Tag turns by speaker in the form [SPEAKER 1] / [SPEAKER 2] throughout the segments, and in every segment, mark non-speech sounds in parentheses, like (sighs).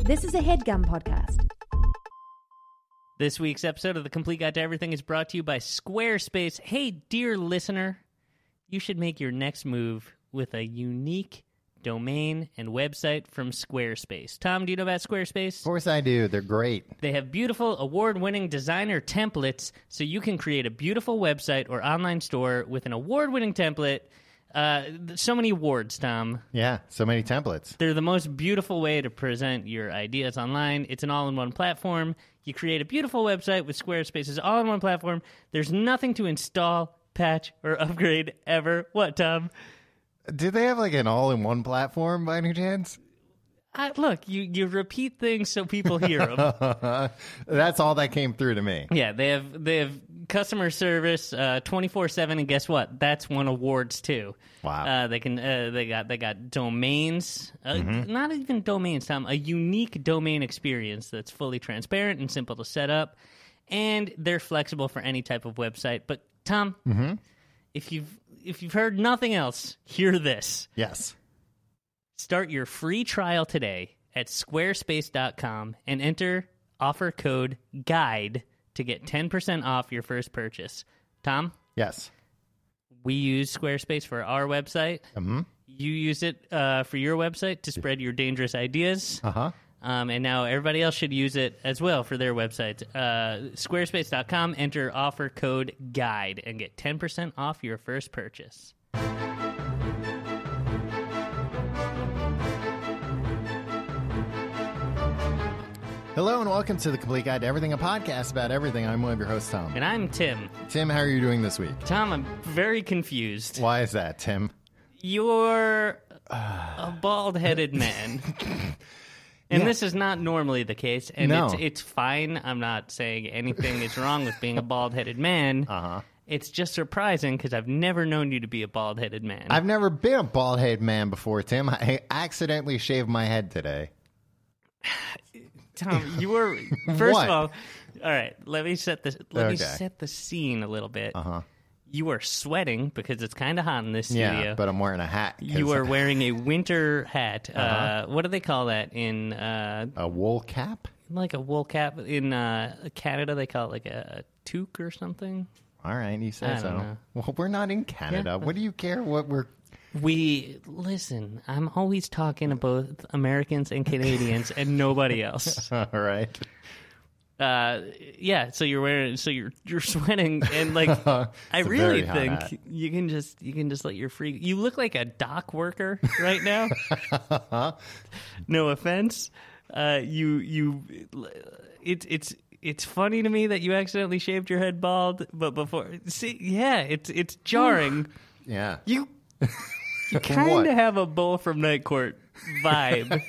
[SPEAKER 1] This is a headgum podcast.
[SPEAKER 2] This week's episode of The Complete Guide to Everything is brought to you by Squarespace. Hey, dear listener, you should make your next move with a unique domain and website from Squarespace. Tom, do you know about Squarespace?
[SPEAKER 3] Of course I do. They're great.
[SPEAKER 2] They have beautiful award winning designer templates so you can create a beautiful website or online store with an award winning template. Uh, th- so many awards, Tom.
[SPEAKER 3] Yeah, so many templates.
[SPEAKER 2] They're the most beautiful way to present your ideas online. It's an all in one platform. You create a beautiful website with Squarespace's all in one platform. There's nothing to install, patch, or (laughs) upgrade ever. What, Tom?
[SPEAKER 3] Do they have like an all-in-one platform by any chance?
[SPEAKER 2] Uh, look, you, you repeat things so people hear them.
[SPEAKER 3] That's all that came through to me.
[SPEAKER 2] Yeah, they have they have customer service twenty four seven, and guess what? That's won awards too.
[SPEAKER 3] Wow.
[SPEAKER 2] Uh, they can uh, they got they got domains, uh, not even domains, Tom. A unique domain experience that's fully transparent and simple to set up, and they're flexible for any type of website. But Tom, if you've if you've heard nothing else, hear this.
[SPEAKER 3] Yes.
[SPEAKER 2] Start your free trial today at squarespace.com and enter offer code GUIDE to get 10% off your first purchase. Tom,
[SPEAKER 3] Yes.
[SPEAKER 2] we use Squarespace for our website. You use it uh, for your website to spread your dangerous ideas.
[SPEAKER 3] Uh-huh.
[SPEAKER 2] Um, and now everybody else should use it as well for their websites. Uh, squarespace.com, enter offer code GUIDE and get 10% off your first purchase.
[SPEAKER 3] Hello and welcome to the Complete Guide to Everything, a podcast about everything. I'm one of your hosts, Tom.
[SPEAKER 2] And I'm Tim.
[SPEAKER 3] Tim, how are you doing this week?
[SPEAKER 2] Tom, I'm very confused.
[SPEAKER 3] Why is that, Tim? (sighs)
[SPEAKER 2] you're a bald headed
[SPEAKER 3] (laughs)
[SPEAKER 2] man. And this is not normally the case, and
[SPEAKER 3] No.
[SPEAKER 2] it's it's fine. I'm not saying anything is wrong with being a bald headed
[SPEAKER 3] (laughs)
[SPEAKER 2] man. Uh-huh. It's just surprising because I've never known you to be a bald headed man.
[SPEAKER 3] I've never been a bald-headed man before, Tim. I accidentally shaved my head today.
[SPEAKER 2] (laughs) Tom, you were
[SPEAKER 3] (laughs)
[SPEAKER 2] first
[SPEAKER 3] What?
[SPEAKER 2] of all. All right, let me set the let me
[SPEAKER 3] Okay.
[SPEAKER 2] set the scene a little bit. Uh-huh. You are sweating because it's kind of hot in this
[SPEAKER 3] Yeah,
[SPEAKER 2] studio.
[SPEAKER 3] but I'm wearing a hat. (laughs) 'cause Uh-huh.
[SPEAKER 2] you are wearing a winter hat. Uh, what do they call that in uh,
[SPEAKER 3] a wool cap.
[SPEAKER 2] like a wool cap in uh, Canada. They call it like a, a toque or something.
[SPEAKER 3] All right, you say
[SPEAKER 2] I don't
[SPEAKER 3] so.
[SPEAKER 2] know.
[SPEAKER 3] Well, we're not in Canada. What do you care what we're (laughs)
[SPEAKER 2] We listen. I'm always talking about Americans and Canadians and nobody else.
[SPEAKER 3] All right.
[SPEAKER 2] Uh, yeah. So you're wearing. So you're you're (laughs) sweating and like I
[SPEAKER 3] (laughs) It's a
[SPEAKER 2] really
[SPEAKER 3] very hot
[SPEAKER 2] think
[SPEAKER 3] hat.
[SPEAKER 2] you can just you can just let your free. You look like a dock worker right
[SPEAKER 3] (laughs)
[SPEAKER 2] now. no offense. Uh, you you it's it's it's funny to me that you accidentally shaved your head bald, but before see yeah, it's it's jarring.
[SPEAKER 3] Yeah.
[SPEAKER 2] you
[SPEAKER 3] (laughs)
[SPEAKER 2] kind
[SPEAKER 3] What?
[SPEAKER 2] of have a bull from night court
[SPEAKER 3] (laughs)
[SPEAKER 2] vibe.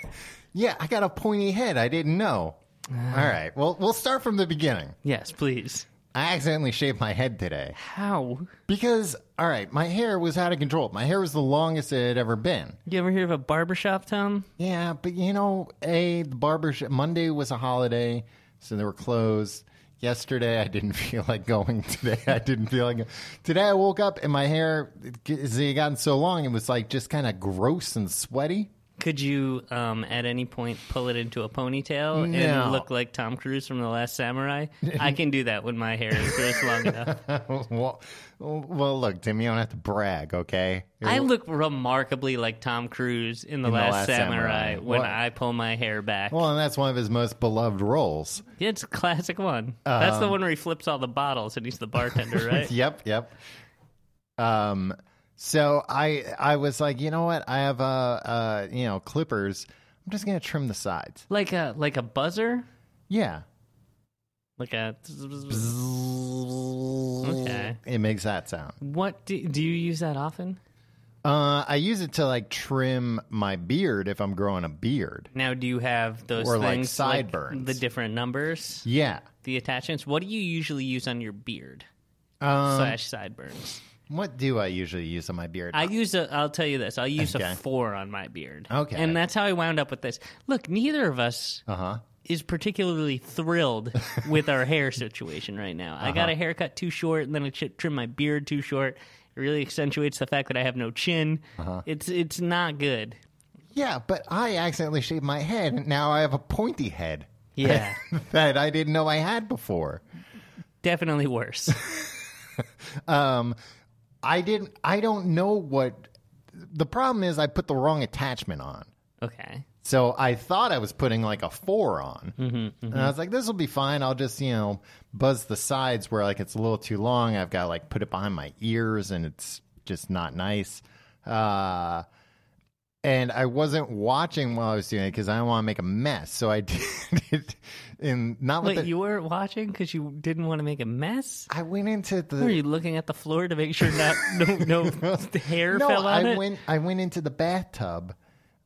[SPEAKER 3] Yeah, I got a pointy head. I didn't know. All right. Well, we'll start from the beginning.
[SPEAKER 2] yes, please.
[SPEAKER 3] I accidentally shaved my head today
[SPEAKER 2] How?
[SPEAKER 3] because, all right, my hair was out of control. My hair was the longest it had ever been.
[SPEAKER 2] You ever hear of a barbershop, Tom?
[SPEAKER 3] Yeah, but you know, a the barber sh- Monday was a holiday, so they were closed. Yesterday, I didn't (laughs) feel like going. Today, I didn't feel like. (laughs) Today, I woke up and my hair it g- it had gotten so long, it was like just kind of gross and sweaty. (laughs)
[SPEAKER 2] Could you, um, at any point, pull it into a ponytail
[SPEAKER 3] No.
[SPEAKER 2] and look like Tom Cruise from The Last
[SPEAKER 3] (laughs)
[SPEAKER 2] Samurai? I can do that when my hair is grows long enough.
[SPEAKER 3] well, well, look, Tim, you don't have to brag, okay?
[SPEAKER 2] I look remarkably like Tom Cruise in The,
[SPEAKER 3] The
[SPEAKER 2] Last,
[SPEAKER 3] Last
[SPEAKER 2] Samurai,
[SPEAKER 3] Samurai.
[SPEAKER 2] when
[SPEAKER 3] What?
[SPEAKER 2] I pull my hair back.
[SPEAKER 3] Well, and that's one of his most beloved roles.
[SPEAKER 2] Yeah, it's a classic one. That's
[SPEAKER 3] um,
[SPEAKER 2] the one where he flips all the bottles and he's the
[SPEAKER 3] (laughs)
[SPEAKER 2] bartender, right?
[SPEAKER 3] Yep, yep. Um, so I I was like, you know what? I have uh, uh you know clippers. I'm just gonna trim the sides.
[SPEAKER 2] Like a like a buzzer,
[SPEAKER 3] Yeah.
[SPEAKER 2] like a. Okay.
[SPEAKER 3] It makes that sound.
[SPEAKER 2] What do, do you use that often?
[SPEAKER 3] Uh, I use it to like trim my beard if I'm growing a beard.
[SPEAKER 2] Now, do you have those
[SPEAKER 3] Or, like,
[SPEAKER 2] things
[SPEAKER 3] sideburns.
[SPEAKER 2] the different numbers?
[SPEAKER 3] Yeah.
[SPEAKER 2] the attachments. What do you usually use on your beard
[SPEAKER 3] Um,
[SPEAKER 2] slash sideburns?
[SPEAKER 3] What do I usually use on my beard?
[SPEAKER 2] I use a. I'll tell you this. I'll use
[SPEAKER 3] Okay.
[SPEAKER 2] a four on my beard.
[SPEAKER 3] Okay.
[SPEAKER 2] and that's how I wound up with this. Look, neither of us
[SPEAKER 3] Uh-huh.
[SPEAKER 2] is particularly
[SPEAKER 3] (laughs)
[SPEAKER 2] thrilled with our hair situation right now. I
[SPEAKER 3] Uh-huh.
[SPEAKER 2] got a haircut too short, and then I ch- trimmed my beard
[SPEAKER 3] Uh-huh.
[SPEAKER 2] too short. It really accentuates the fact that I have no chin. It's it's not good.
[SPEAKER 3] Yeah, but I accidentally shaved my head, and now I have a pointy head (laughs)
[SPEAKER 2] Yeah,
[SPEAKER 3] that I didn't know I had before.
[SPEAKER 2] (laughs) definitely worse.
[SPEAKER 3] (laughs) Um, I didn't. I don't know what the problem is. I put the wrong attachment on.
[SPEAKER 2] Okay.
[SPEAKER 3] So I thought I was putting like a four on,
[SPEAKER 2] Mm-hmm,
[SPEAKER 3] and I was like, "This will be fine. I'll just you know buzz the sides where like it's a little too long. I've got to, like put it behind my ears, and it's just not nice." Uh, and I wasn't watching while I was doing it because I don't want to make a mess. So I (laughs) did it in not with
[SPEAKER 2] Wait,
[SPEAKER 3] the,
[SPEAKER 2] you weren't watching because you didn't want to make a mess.
[SPEAKER 3] I went into the
[SPEAKER 2] Were you looking at the floor to make sure not no no (laughs) hair
[SPEAKER 3] (laughs) no.
[SPEAKER 2] fell on
[SPEAKER 3] I
[SPEAKER 2] it?
[SPEAKER 3] went I went into the bathtub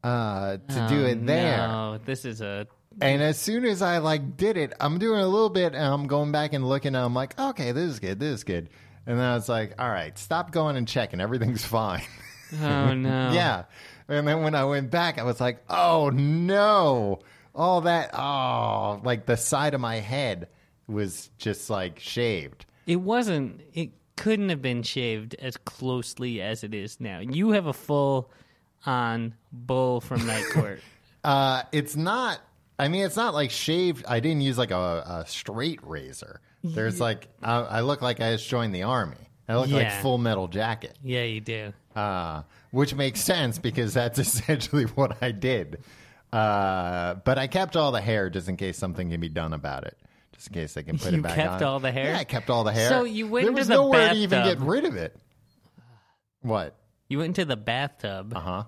[SPEAKER 3] uh, to do it there.
[SPEAKER 2] Oh, No, this is a
[SPEAKER 3] And as soon as I like did it, I'm doing a little bit and I'm going back and looking and I'm like, okay, this is good, this is good. And then I was like, all right, stop going and checking. Everything's (laughs) fine.
[SPEAKER 2] oh no.
[SPEAKER 3] yeah. And then when I went back, I was like, oh no. All that oh like the side of my head was just like shaved.
[SPEAKER 2] It wasn't. It couldn't have been shaved as closely as it is now. You have a full on bull from night
[SPEAKER 3] (laughs)
[SPEAKER 2] court.
[SPEAKER 3] Uh it's not I mean it's not like shaved I didn't use like a, a straight razor. There's like I, I look like I just joined the army. I look like
[SPEAKER 2] Yeah.
[SPEAKER 3] full metal jacket.
[SPEAKER 2] yeah, you do.
[SPEAKER 3] uh, which makes sense because that's (laughs) essentially what I did. Uh, but I kept all the hair just in case something can be done about it. Just in case they can put
[SPEAKER 2] You
[SPEAKER 3] it back
[SPEAKER 2] kept
[SPEAKER 3] on.
[SPEAKER 2] all the hair?
[SPEAKER 3] Yeah, I kept all the hair.
[SPEAKER 2] So you went
[SPEAKER 3] there
[SPEAKER 2] into
[SPEAKER 3] was
[SPEAKER 2] the
[SPEAKER 3] nowhere to even get
[SPEAKER 2] bathtub.
[SPEAKER 3] rid of it. What?
[SPEAKER 2] You went into the bathtub
[SPEAKER 3] Uh huh.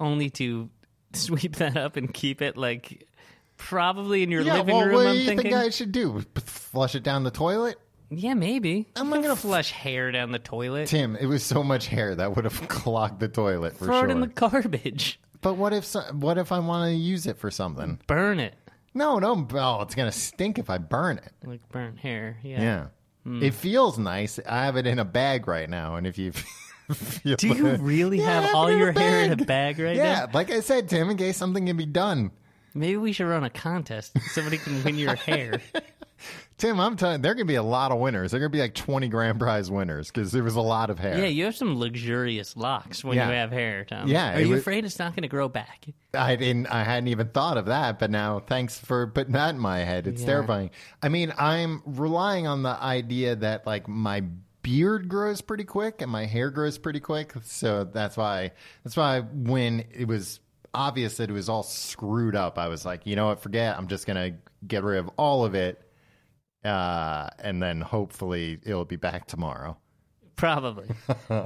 [SPEAKER 2] only to (laughs) sweep that up and keep it like probably in your
[SPEAKER 3] Yeah.
[SPEAKER 2] living
[SPEAKER 3] Well,
[SPEAKER 2] room.
[SPEAKER 3] what do
[SPEAKER 2] I'm
[SPEAKER 3] you
[SPEAKER 2] thinking.
[SPEAKER 3] think I should do? P- Flush it down the toilet?
[SPEAKER 2] yeah, maybe.
[SPEAKER 3] I'm
[SPEAKER 2] You
[SPEAKER 3] not
[SPEAKER 2] can
[SPEAKER 3] gonna-
[SPEAKER 2] flush hair down the toilet.
[SPEAKER 3] Tim, it was so much hair that would have (laughs) clogged the toilet for
[SPEAKER 2] Throw
[SPEAKER 3] sure.
[SPEAKER 2] it in the garbage.
[SPEAKER 3] But what if so- what if I want to use it for something?
[SPEAKER 2] Burn it.
[SPEAKER 3] No, no. Oh, it's gonna stink if I burn it.
[SPEAKER 2] Like burnt hair. Yeah. Hmm.
[SPEAKER 3] Yeah. It feels nice. I have it in a bag right now, and if you (laughs) feel
[SPEAKER 2] Do
[SPEAKER 3] (laughs)
[SPEAKER 2] you really
[SPEAKER 3] Yeah, I
[SPEAKER 2] have
[SPEAKER 3] have
[SPEAKER 2] all
[SPEAKER 3] it in a
[SPEAKER 2] your hair in a
[SPEAKER 3] bag.
[SPEAKER 2] bag (laughs) right now?
[SPEAKER 3] Yeah, like I said, Tim, in case something can be done.
[SPEAKER 2] Maybe we should run a contest. Somebody can win your
[SPEAKER 3] (laughs)
[SPEAKER 2] hair.
[SPEAKER 3] Tim, I'm telling there could be a lot of winners. There could be like 20 grand prize winners because there was a lot of hair.
[SPEAKER 2] yeah, you have some luxurious locks when
[SPEAKER 3] Yeah.
[SPEAKER 2] you have hair, Tom.
[SPEAKER 3] Yeah,
[SPEAKER 2] Are
[SPEAKER 3] it
[SPEAKER 2] you
[SPEAKER 3] was-
[SPEAKER 2] afraid it's not going to grow back?
[SPEAKER 3] I didn't. I hadn't even thought of that, but now thanks for putting that in my head. It's
[SPEAKER 2] Yeah.
[SPEAKER 3] terrifying. I mean, I'm relying on the idea that like my beard grows pretty quick and my hair grows pretty quick, so that's why. That's why when it was obvious that it was all screwed up, I was like, you know what? Forget. I'm just gonna get rid of all of it, uh, and then hopefully it'll be back tomorrow. (laughs)
[SPEAKER 2] Probably.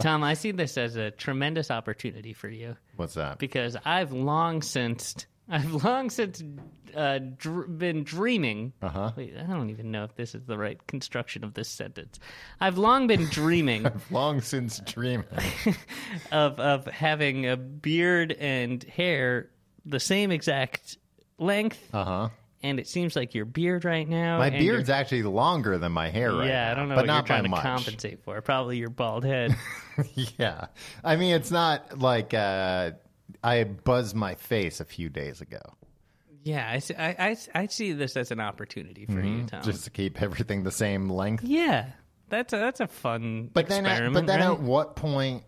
[SPEAKER 2] Tom, I see this as a tremendous opportunity for you
[SPEAKER 3] What's that?
[SPEAKER 2] because I've long since I've long since uh, dr- been dreaming. Uh-huh. Wait, I don't even know if this is the right construction of this sentence. I've long been
[SPEAKER 3] (laughs)
[SPEAKER 2] dreaming
[SPEAKER 3] Long since
[SPEAKER 2] (laughs)
[SPEAKER 3] dreaming.
[SPEAKER 2] of of having a beard and hair the same exact length.
[SPEAKER 3] Uh huh.
[SPEAKER 2] and it seems like your beard right now.
[SPEAKER 3] My
[SPEAKER 2] and your-
[SPEAKER 3] beard's actually longer than my hair right
[SPEAKER 2] yeah,
[SPEAKER 3] now,
[SPEAKER 2] I don't know
[SPEAKER 3] but
[SPEAKER 2] what
[SPEAKER 3] not
[SPEAKER 2] you're trying
[SPEAKER 3] by
[SPEAKER 2] to
[SPEAKER 3] much.
[SPEAKER 2] compensate for. Probably your bald
[SPEAKER 3] (laughs)
[SPEAKER 2] head.
[SPEAKER 3] Yeah. I mean, it's not like uh, I buzzed my face a few days ago
[SPEAKER 2] Oh. yeah, I see, I, I, I see this as an opportunity for you, Tom.
[SPEAKER 3] Mm-hmm. just to keep everything the same length.
[SPEAKER 2] yeah, that's a, that's a fun
[SPEAKER 3] But then, at,
[SPEAKER 2] experiment.
[SPEAKER 3] but then
[SPEAKER 2] right?
[SPEAKER 3] at what point,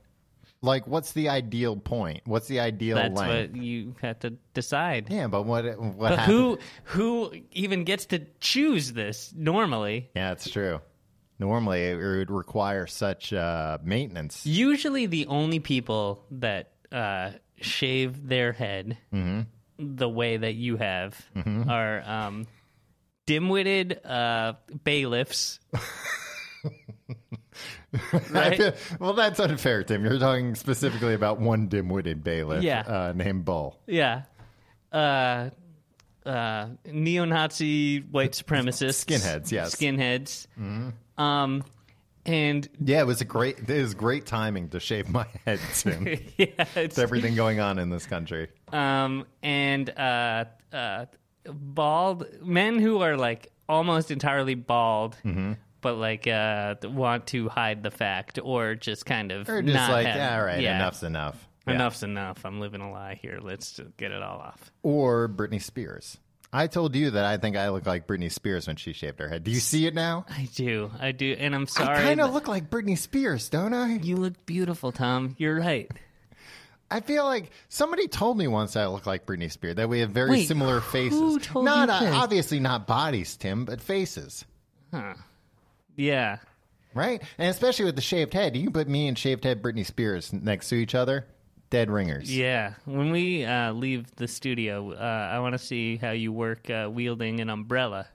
[SPEAKER 3] like, what's the ideal point? What's the ideal
[SPEAKER 2] that's
[SPEAKER 3] length?
[SPEAKER 2] what you have to decide.
[SPEAKER 3] yeah, but what, what
[SPEAKER 2] But
[SPEAKER 3] happened?
[SPEAKER 2] who who even gets to choose this normally?
[SPEAKER 3] Yeah, it's true. Normally, it would require such uh, maintenance.
[SPEAKER 2] Usually, the only people that uh, shave their head
[SPEAKER 3] Mm-hmm.
[SPEAKER 2] the way that you have are um, dim-witted uh, bailiffs.
[SPEAKER 3] (laughs) I feel- well, that's unfair, Tim. You're talking specifically about one dim-witted bailiff
[SPEAKER 2] Yeah.
[SPEAKER 3] uh, named Bull.
[SPEAKER 2] Yeah, uh, uh, neo-Nazi white supremacists,
[SPEAKER 3] Skinheads, yes. Mm-hmm.
[SPEAKER 2] skinheads. Um, and (laughs)
[SPEAKER 3] Yeah, it was a great. It was great timing to shave my head,
[SPEAKER 2] (laughs)
[SPEAKER 3] Tim. With
[SPEAKER 2] yeah, it's,
[SPEAKER 3] everything going on in this country.
[SPEAKER 2] um, and uh, uh, bald men who are like almost entirely bald,
[SPEAKER 3] Mm-hmm.
[SPEAKER 2] but like uh, want to hide the fact or just kind of
[SPEAKER 3] Or just
[SPEAKER 2] not
[SPEAKER 3] like,
[SPEAKER 2] have-
[SPEAKER 3] all right,
[SPEAKER 2] yeah,
[SPEAKER 3] enough's enough. Yeah.
[SPEAKER 2] Enough's enough. I'm living a lie here. Let's just get it all off.
[SPEAKER 3] Or Britney Spears. I told you that I think I look like Britney Spears when she shaved her head. Do you see it now?
[SPEAKER 2] I do, I do, and I'm
[SPEAKER 3] I
[SPEAKER 2] sorry.
[SPEAKER 3] kind of
[SPEAKER 2] that-
[SPEAKER 3] look like Britney Spears, don't I?
[SPEAKER 2] you look beautiful, Tom. You're right.
[SPEAKER 3] I feel like somebody told me once that I look like Britney Spears. That we have very
[SPEAKER 2] Wait,
[SPEAKER 3] similar
[SPEAKER 2] who
[SPEAKER 3] faces.
[SPEAKER 2] told
[SPEAKER 3] not
[SPEAKER 2] you
[SPEAKER 3] uh,
[SPEAKER 2] this?
[SPEAKER 3] obviously not bodies, Tim, but faces,
[SPEAKER 2] Yeah.
[SPEAKER 3] right? And especially with the shaved head, you can put me and shaved head Britney Spears next to each other, dead ringers.
[SPEAKER 2] Yeah. When we uh, leave the studio, uh, I want to see how you work uh, wielding an umbrella.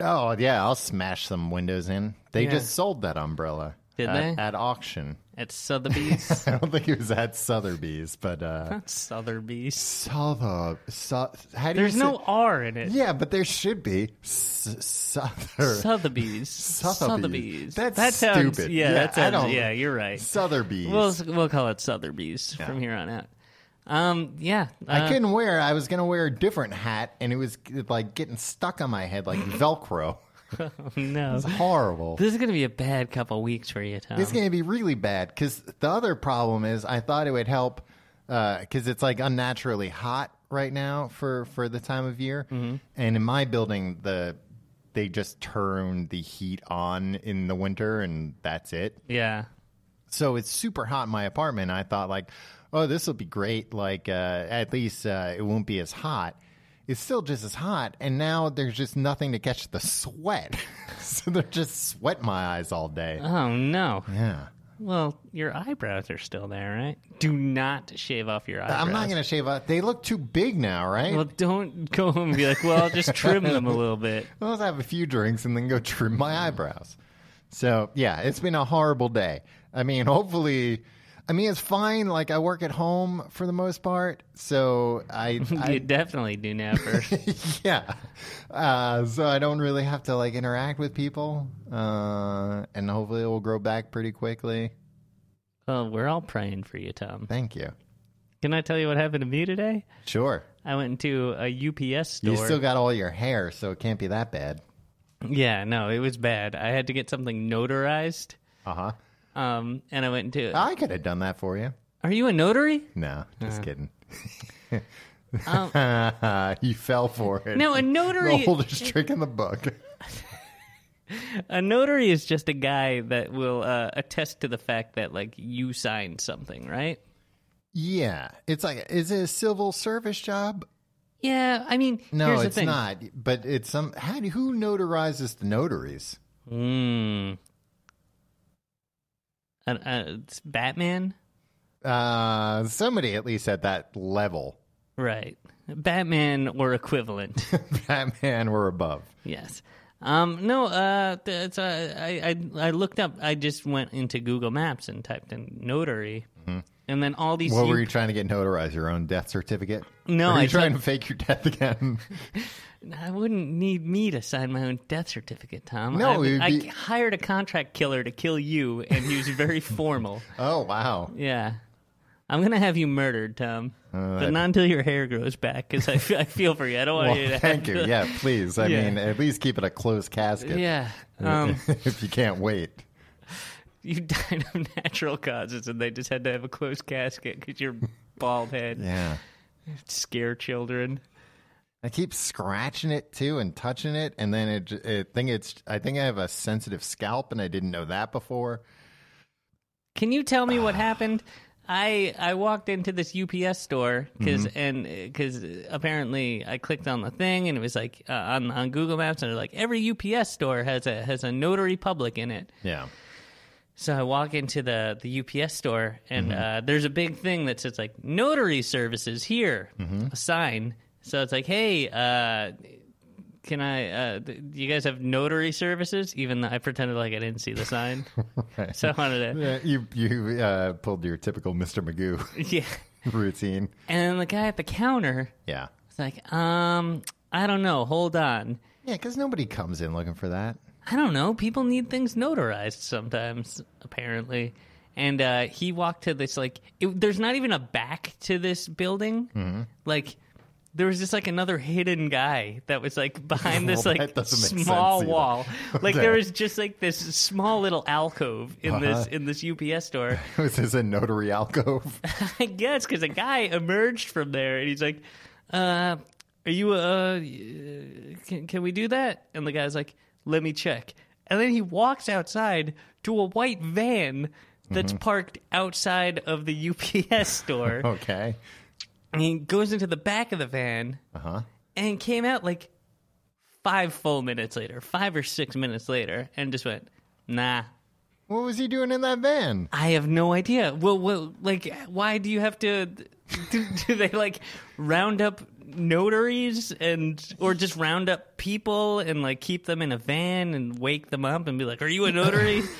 [SPEAKER 3] Oh yeah, I'll smash some windows in. They
[SPEAKER 2] Yeah.
[SPEAKER 3] just sold that umbrella.
[SPEAKER 2] Did
[SPEAKER 3] at,
[SPEAKER 2] they?
[SPEAKER 3] at auction? (laughs)
[SPEAKER 2] At Sotheby's.
[SPEAKER 3] I don't think it was at Sotheby's, but uh,
[SPEAKER 2] Sotheby's.
[SPEAKER 3] Sotheby. So, how do
[SPEAKER 2] There's
[SPEAKER 3] you say-
[SPEAKER 2] no R in it.
[SPEAKER 3] Yeah, but there should be S- Souther.
[SPEAKER 2] Sotheby's. Sotheby's.
[SPEAKER 3] Sotheby's. That's
[SPEAKER 2] that sounds,
[SPEAKER 3] stupid.
[SPEAKER 2] Yeah,
[SPEAKER 3] Yeah,
[SPEAKER 2] that
[SPEAKER 3] I
[SPEAKER 2] sounds,
[SPEAKER 3] don't-
[SPEAKER 2] yeah, you're right.
[SPEAKER 3] Sotheby's.
[SPEAKER 2] We'll we'll call it Sotheby's from here on out. Um, yeah,
[SPEAKER 3] I
[SPEAKER 2] uh,
[SPEAKER 3] couldn't wear. I was gonna wear a different hat, and it was like getting stuck on my
[SPEAKER 2] (laughs)
[SPEAKER 3] head like Velcro.
[SPEAKER 2] no.
[SPEAKER 3] It's horrible.
[SPEAKER 2] This is gonna be a bad couple weeks for you, Tom.
[SPEAKER 3] It's going to be really bad because the other problem is I thought it would help because it's like unnaturally hot right now for for the time of year, and in my building the they just turn the heat on in the winter and that's it.
[SPEAKER 2] yeah,
[SPEAKER 3] So it's super hot in my apartment. I thought like, oh, this will be great. Like uh, at least uh, it won't be as hot. It's still just as hot, and now there's just nothing to catch the sweat. (laughs) so they're just sweat my eyes all day.
[SPEAKER 2] Oh no.
[SPEAKER 3] Yeah.
[SPEAKER 2] Well, your eyebrows are still there, right? Do not shave off your eyebrows.
[SPEAKER 3] I'm not going to shave up. They look too big now, right?
[SPEAKER 2] Well, don't go home and be like, "Well, I'll just trim them a little (laughs) bit."
[SPEAKER 3] Let's have a few drinks and then go trim my eyebrows. So, yeah, it's been a horrible day. I mean, (laughs) hopefully, I mean, it's fine. Like, I work at home for the most part. So,
[SPEAKER 2] (laughs)
[SPEAKER 3] I,
[SPEAKER 2] you
[SPEAKER 3] I
[SPEAKER 2] definitely do (laughs) nappers.
[SPEAKER 3] (laughs) yeah. Uh, so, I don't really have to, like, interact with people. Uh, and hopefully, it will grow back pretty quickly.
[SPEAKER 2] well, we're all praying for you, Tom.
[SPEAKER 3] Thank you.
[SPEAKER 2] Can I tell you what happened to me today?
[SPEAKER 3] Sure.
[SPEAKER 2] I went into a UPS store.
[SPEAKER 3] You still got all your hair, so it can't be that bad.
[SPEAKER 2] yeah, no, it was bad. I had to get something notarized.
[SPEAKER 3] Uh huh.
[SPEAKER 2] Um, and I went into.
[SPEAKER 3] I could have done that for you.
[SPEAKER 2] Are you a notary?
[SPEAKER 3] No, just kidding. (laughs) you fell for it.
[SPEAKER 2] Um,
[SPEAKER 3] (laughs)
[SPEAKER 2] No, a
[SPEAKER 3] the
[SPEAKER 2] notary.
[SPEAKER 3] oldest trick in the book.
[SPEAKER 2] (laughs) A notary is just a guy that will uh, attest to the fact that like you signed something, right?
[SPEAKER 3] Yeah, it's like is it a civil service job?
[SPEAKER 2] Yeah, I mean,
[SPEAKER 3] No,
[SPEAKER 2] here's the
[SPEAKER 3] it's
[SPEAKER 2] thing.
[SPEAKER 3] not. But it's some. How do, who notarizes the notaries?
[SPEAKER 2] Mm. Uh, uh, it's Batman,
[SPEAKER 3] Uh, somebody at least at that level, (laughs)
[SPEAKER 2] right? Batman or equivalent.
[SPEAKER 3] Batman or above.
[SPEAKER 2] Yes. Um, no, uh, it's, uh, I, I, I looked up, I just went into Google Maps and typed in notary. And then all these.
[SPEAKER 3] Mm-hmm. What
[SPEAKER 2] U-
[SPEAKER 3] were you trying to get notarized? Your own death certificate?
[SPEAKER 2] No,
[SPEAKER 3] Were you
[SPEAKER 2] I
[SPEAKER 3] trying to fake your death again? (laughs)
[SPEAKER 2] I wouldn't need me to sign my own death certificate, Tom.
[SPEAKER 3] No,
[SPEAKER 2] I,
[SPEAKER 3] it'd
[SPEAKER 2] I
[SPEAKER 3] be-
[SPEAKER 2] hired a contract killer to kill you, and he was
[SPEAKER 3] (laughs)
[SPEAKER 2] very formal.
[SPEAKER 3] oh wow.
[SPEAKER 2] Yeah. I'm going to have you murdered, Tom. but not until your hair grows back, because I, fe- I feel for you. I don't want
[SPEAKER 3] Uh, Well,
[SPEAKER 2] you to
[SPEAKER 3] thank
[SPEAKER 2] have
[SPEAKER 3] you.
[SPEAKER 2] to-
[SPEAKER 3] Yeah, please. I
[SPEAKER 2] Oh, (laughs) Yeah.
[SPEAKER 3] mean, at least keep it a closed casket.
[SPEAKER 2] Yeah. Um,
[SPEAKER 3] (laughs) if you can't wait.
[SPEAKER 2] you (laughs) died of natural causes, and they just had to have a closed casket because your bald head.
[SPEAKER 3] Yeah.
[SPEAKER 2] scare children.
[SPEAKER 3] I keep scratching it too and touching it, and then it, j- it think it's. I think I have a sensitive scalp, and I didn't know that before.
[SPEAKER 2] Can you tell me what happened? I I walked into this UPS store because and because apparently I clicked on the thing and it was like uh, on on Google Maps and they're like every UPS store has a has a notary public in it.
[SPEAKER 3] Yeah,
[SPEAKER 2] So I walk into the the UPS store and uh, there's a big thing that says like notary services here, a sign. So it's like, hey, uh, can I? Uh, th- do you guys have notary services? Even though I pretended like I didn't see the (laughs) sign,
[SPEAKER 3] Right.
[SPEAKER 2] so I wanted to.
[SPEAKER 3] (laughs) Yeah, you you uh, pulled your typical Mister Magoo (laughs)
[SPEAKER 2] Yeah.
[SPEAKER 3] routine.
[SPEAKER 2] And the guy at the counter
[SPEAKER 3] Yeah,
[SPEAKER 2] was like, um, I don't know. Hold on.
[SPEAKER 3] yeah, because nobody comes in looking for that. (laughs)
[SPEAKER 2] I don't know. People need things notarized sometimes, apparently. And uh, he walked to this, like, it, there's not even a back to this building.
[SPEAKER 3] Mm-hmm.
[SPEAKER 2] Like, there was just like another hidden guy that was like behind this
[SPEAKER 3] (laughs) Well,
[SPEAKER 2] like
[SPEAKER 3] that doesn't make
[SPEAKER 2] small
[SPEAKER 3] sense either. (laughs)
[SPEAKER 2] wall. Like
[SPEAKER 3] Okay.
[SPEAKER 2] there was just like this small little alcove in this
[SPEAKER 3] Uh-huh.
[SPEAKER 2] in this UPS store.
[SPEAKER 3] Was this a notary alcove?
[SPEAKER 2] (laughs) I guess because a guy emerged from there and he's like, uh, "Are you? Uh, can, can we do that?" And the guy's like, "Let me check." And then he walks outside to a white van that's parked outside of the UPS store.
[SPEAKER 3] (laughs) (laughs) Okay.
[SPEAKER 2] and he goes into the back of the van
[SPEAKER 3] Uh-huh.
[SPEAKER 2] and came out like five full minutes later, five or six minutes later, and just went, nah.
[SPEAKER 3] What was he doing in that van?
[SPEAKER 2] I have no idea. Well, well, like, why do you have to? Do, do they like round up notaries and or just round up people and like keep them in a van and wake them up and be like, "Are you a notary?"
[SPEAKER 3] (laughs)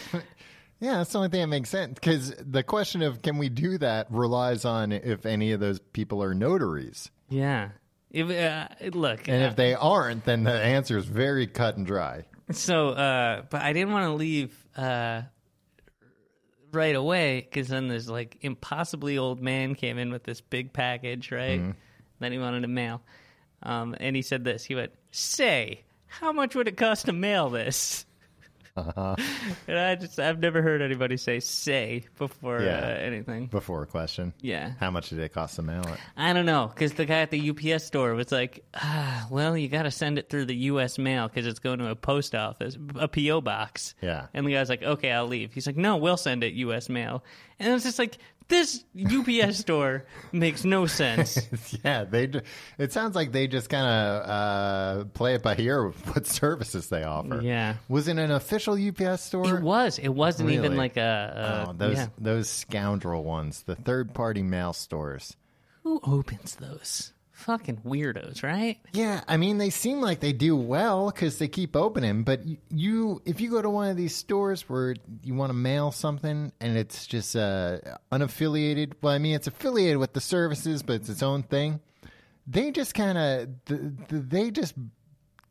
[SPEAKER 3] Yeah, that's the only thing that makes sense because the question of can we do that relies on if any of those people are notaries,
[SPEAKER 2] yeah. If, uh, look,
[SPEAKER 3] and
[SPEAKER 2] uh,
[SPEAKER 3] if they aren't, then the answer is very cut and dry.
[SPEAKER 2] So, uh, but I didn't want to leave uh, right away because then this like impossibly old man came in with this big package, right? That he wanted to mail, um, and he said this. He went, "Say, how much would it cost to mail this?" (laughs) and I just I've never heard anybody say "say" before
[SPEAKER 3] Yeah.
[SPEAKER 2] uh, anything.
[SPEAKER 3] Before a question,
[SPEAKER 2] Yeah.
[SPEAKER 3] how much did it cost to mail it?
[SPEAKER 2] (laughs)
[SPEAKER 3] (laughs)
[SPEAKER 2] I don't know, because the guy at the UPS store was like, ah, "Well, you got to send it through the U.S. mail because it's going to a post office, a PO box."
[SPEAKER 3] Yeah.
[SPEAKER 2] And the guy's like, "Okay, I'll leave." He's like, "No, we'll send it U.S. mail." And it's just like this
[SPEAKER 3] (laughs)
[SPEAKER 2] UPS store makes no sense.
[SPEAKER 3] yeah, they. ju- It sounds like they just kind of uh, play it by ear with what (laughs) services they offer.
[SPEAKER 2] Yeah.
[SPEAKER 3] was it an official UPS store?
[SPEAKER 2] It was. It wasn't even
[SPEAKER 3] Really?
[SPEAKER 2] like a. a
[SPEAKER 3] Oh, those
[SPEAKER 2] yeah.
[SPEAKER 3] those scoundrel ones, the third party mail stores.
[SPEAKER 2] Who opens those? Fucking weirdos, right?
[SPEAKER 3] Yeah, I mean they seem like they do well because they keep opening. But y- you, if you go to one of these stores where you want to mail something and it's just uh, unaffiliated, well, I mean it's affiliated with the services, but it's its own thing. They just kind of th- th- they just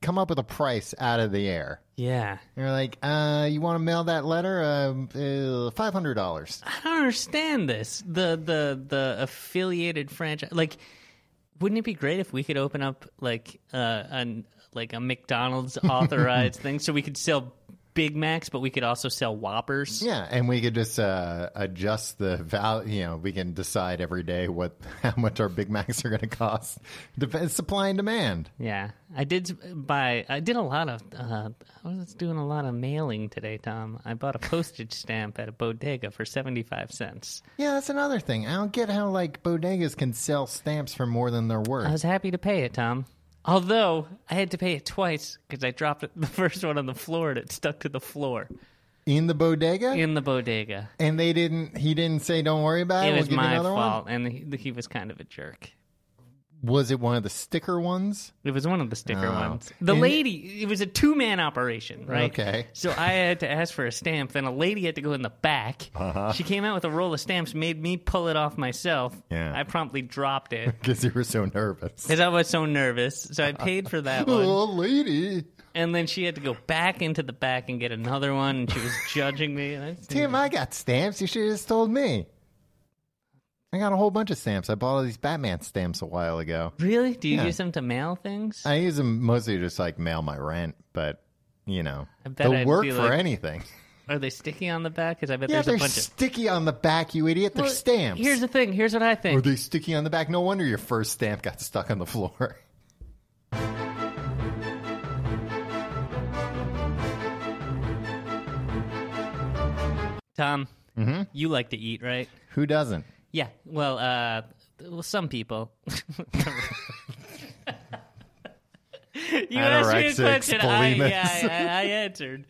[SPEAKER 3] come up with a price out of the air.
[SPEAKER 2] Yeah.
[SPEAKER 3] They're like, uh, you want to mail that letter? Uh, Five hundred dollars.
[SPEAKER 2] I don't understand this. The the the affiliated franchise. Like, wouldn't it be great if we could open up like uh, an like a McDonald's authorized thing, so we could sell Big Macs, but we could also sell Whoppers.
[SPEAKER 3] Yeah, and we could just uh, adjust the value. You know, we can decide every day what (laughs) how much our Big Macs are going to cost. Dep- supply and demand.
[SPEAKER 2] Yeah, I did s- buy. I did a lot of. Uh, I was doing a lot of mailing today, Tom. I bought a postage stamp at a bodega for seventy five cents.
[SPEAKER 3] Yeah, that's another thing. I don't get how like bodegas can sell stamps for more than they're worth.
[SPEAKER 2] I was happy to pay it, Tom. Although I had to pay it twice because I dropped it, (laughs) the first one on the floor and it stuck to the floor
[SPEAKER 3] In the bodega,
[SPEAKER 2] in the bodega.
[SPEAKER 3] and they didn't. He didn't say, "Don't worry about it."
[SPEAKER 2] it
[SPEAKER 3] we'll
[SPEAKER 2] was
[SPEAKER 3] give you
[SPEAKER 2] my
[SPEAKER 3] another one."
[SPEAKER 2] fault, and he, he was kind of a jerk.
[SPEAKER 3] Was it one of the sticker ones?
[SPEAKER 2] It was one of the sticker
[SPEAKER 3] Oh.
[SPEAKER 2] ones. The
[SPEAKER 3] And-
[SPEAKER 2] lady, it was a two man operation, right?
[SPEAKER 3] Okay. (laughs)
[SPEAKER 2] So I had to ask for a stamp. Then a lady had to go in the back.
[SPEAKER 3] Uh-huh.
[SPEAKER 2] She came out with a roll of stamps, made me pull it off myself.
[SPEAKER 3] Yeah.
[SPEAKER 2] I promptly dropped it
[SPEAKER 3] Because you were so nervous.
[SPEAKER 2] because I was so nervous. So I paid for
[SPEAKER 3] (laughs)
[SPEAKER 2] that one.
[SPEAKER 3] Oh, lady,
[SPEAKER 2] And then she had to go back into the back and get another one. And she was judging me. And I just-
[SPEAKER 3] Tim, I got stamps. You should have just told me. I got a whole bunch of stamps. I bought all these Batman stamps a while ago.
[SPEAKER 2] really? Do you
[SPEAKER 3] Yeah.
[SPEAKER 2] use them to mail things?
[SPEAKER 3] I use them mostly to just like mail my rent, but you know,
[SPEAKER 2] I bet
[SPEAKER 3] they'll
[SPEAKER 2] I'd
[SPEAKER 3] work
[SPEAKER 2] be
[SPEAKER 3] for
[SPEAKER 2] like- (laughs)
[SPEAKER 3] anything.
[SPEAKER 2] Are they sticky on the back? Because I bet
[SPEAKER 3] Yeah,
[SPEAKER 2] there's
[SPEAKER 3] they're
[SPEAKER 2] a bunch of.
[SPEAKER 3] sticky on the back, you idiot. They're
[SPEAKER 2] Well,
[SPEAKER 3] stamps.
[SPEAKER 2] Here's the thing. Here's what I think.
[SPEAKER 3] Are they sticky on the back? No wonder your first stamp got stuck on the floor. (laughs)
[SPEAKER 2] Tom, you like to eat, right?
[SPEAKER 3] Who doesn't?
[SPEAKER 2] Mm-hmm. Yeah. Well, uh, well, some people. (laughs) you asked me a
[SPEAKER 3] Anorexics,
[SPEAKER 2] question. I,
[SPEAKER 3] bulimics.
[SPEAKER 2] yeah, I, I, I (laughs) answered.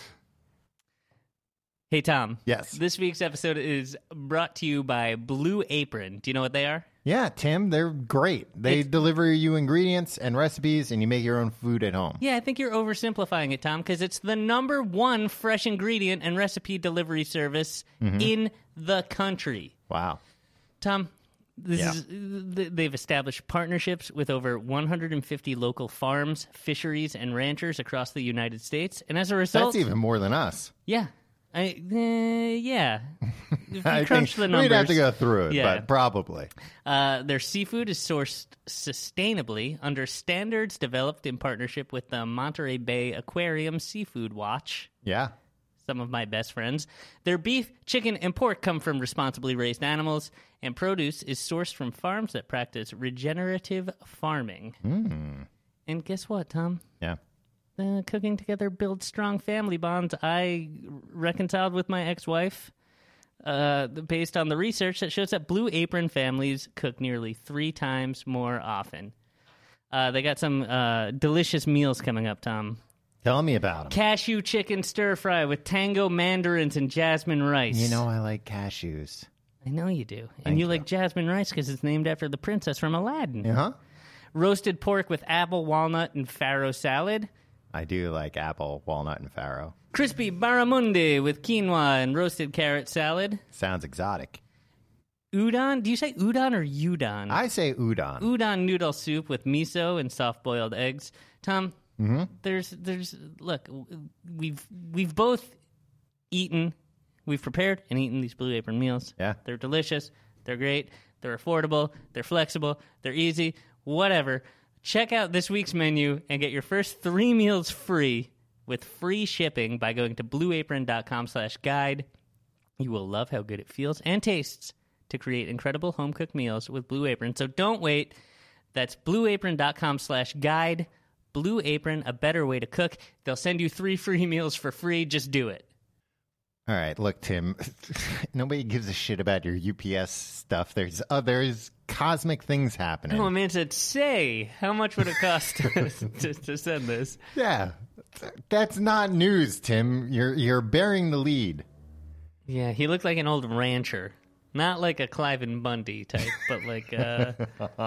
[SPEAKER 2] (sighs) hey, Tom.
[SPEAKER 3] Yes.
[SPEAKER 2] This week's episode is brought to you by Blue Apron. Do you know what they are?
[SPEAKER 3] Yeah, Tim, they're great. They deliver you ingredients and recipes, and you make your own food at home.
[SPEAKER 2] Yeah, I think you're oversimplifying it, Tom, because it's the number one fresh ingredient and recipe delivery service in the country.
[SPEAKER 3] Wow.
[SPEAKER 2] Tom, this
[SPEAKER 3] Yeah.
[SPEAKER 2] is th- they've established partnerships with over 150 local farms, fisheries, and ranchers across the United States, and as a result,
[SPEAKER 3] That's even more than us.
[SPEAKER 2] yeah, I uh, yeah, if
[SPEAKER 3] (laughs) I
[SPEAKER 2] you crunch
[SPEAKER 3] think
[SPEAKER 2] the numbers,
[SPEAKER 3] We'd have to go through it,
[SPEAKER 2] Yeah.
[SPEAKER 3] but probably.
[SPEAKER 2] Uh, their seafood is sourced sustainably under standards developed in partnership with the Monterey Bay Aquarium Seafood Watch.
[SPEAKER 3] Yeah.
[SPEAKER 2] some of my best friends. Their beef, chicken, and pork come from responsibly raised animals, and produce is sourced from farms that practice regenerative farming. And guess what, Tom?
[SPEAKER 3] Yeah.
[SPEAKER 2] uh, cooking together builds strong family bonds. I reconciled with my ex wife uh, based on the research that shows that blue apron families cook nearly three times more often. Uh, they got some uh, delicious meals coming up, Tom.
[SPEAKER 3] Tell me about them.
[SPEAKER 2] Cashew chicken stir fry with tango mandarins and jasmine rice.
[SPEAKER 3] You know I like cashews.
[SPEAKER 2] I know you do. And you, like jasmine rice because it's named after the princess from Aladdin.
[SPEAKER 3] Uh huh.
[SPEAKER 2] Roasted pork with apple, walnut, and farro salad.
[SPEAKER 3] I do like apple, walnut, and farro.
[SPEAKER 2] Crispy barramundi with quinoa and roasted carrot salad.
[SPEAKER 3] Sounds exotic.
[SPEAKER 2] Udon? Do you say udon or udon?
[SPEAKER 3] I say udon.
[SPEAKER 2] udon noodle soup with miso and soft boiled eggs. Tom,
[SPEAKER 3] Mm-hmm.
[SPEAKER 2] there's there's look, w- we've we've both eaten, we've prepared and eaten these Blue Apron meals.
[SPEAKER 3] Yeah.
[SPEAKER 2] they're delicious, they're great, they're affordable, they're flexible, they're easy, whatever. Check out this week's menu and get your first three meals free with free shipping by going to blueapron.com/guide. You will love how good it feels and tastes to create incredible home cooked meals with Blue Apron. So don't wait. That's blueapron.com slash guide. Blue Apron, a better way to cook. They'll send you three free (laughs) meals for free. Just do it.
[SPEAKER 3] All right, look, Tim. (laughs) Nobody gives a shit about your UPS stuff. There's oh, there's cosmic things happening.
[SPEAKER 2] Oh, man, said, say, how much would it cost to, (laughs) to, to send this?
[SPEAKER 3] yeah, Th- that's not news, Tim. You're you're bearing the lead.
[SPEAKER 2] Yeah, he looked like an old rancher. Not like a Clive and Bundy type, but like
[SPEAKER 3] (laughs)
[SPEAKER 2] uh,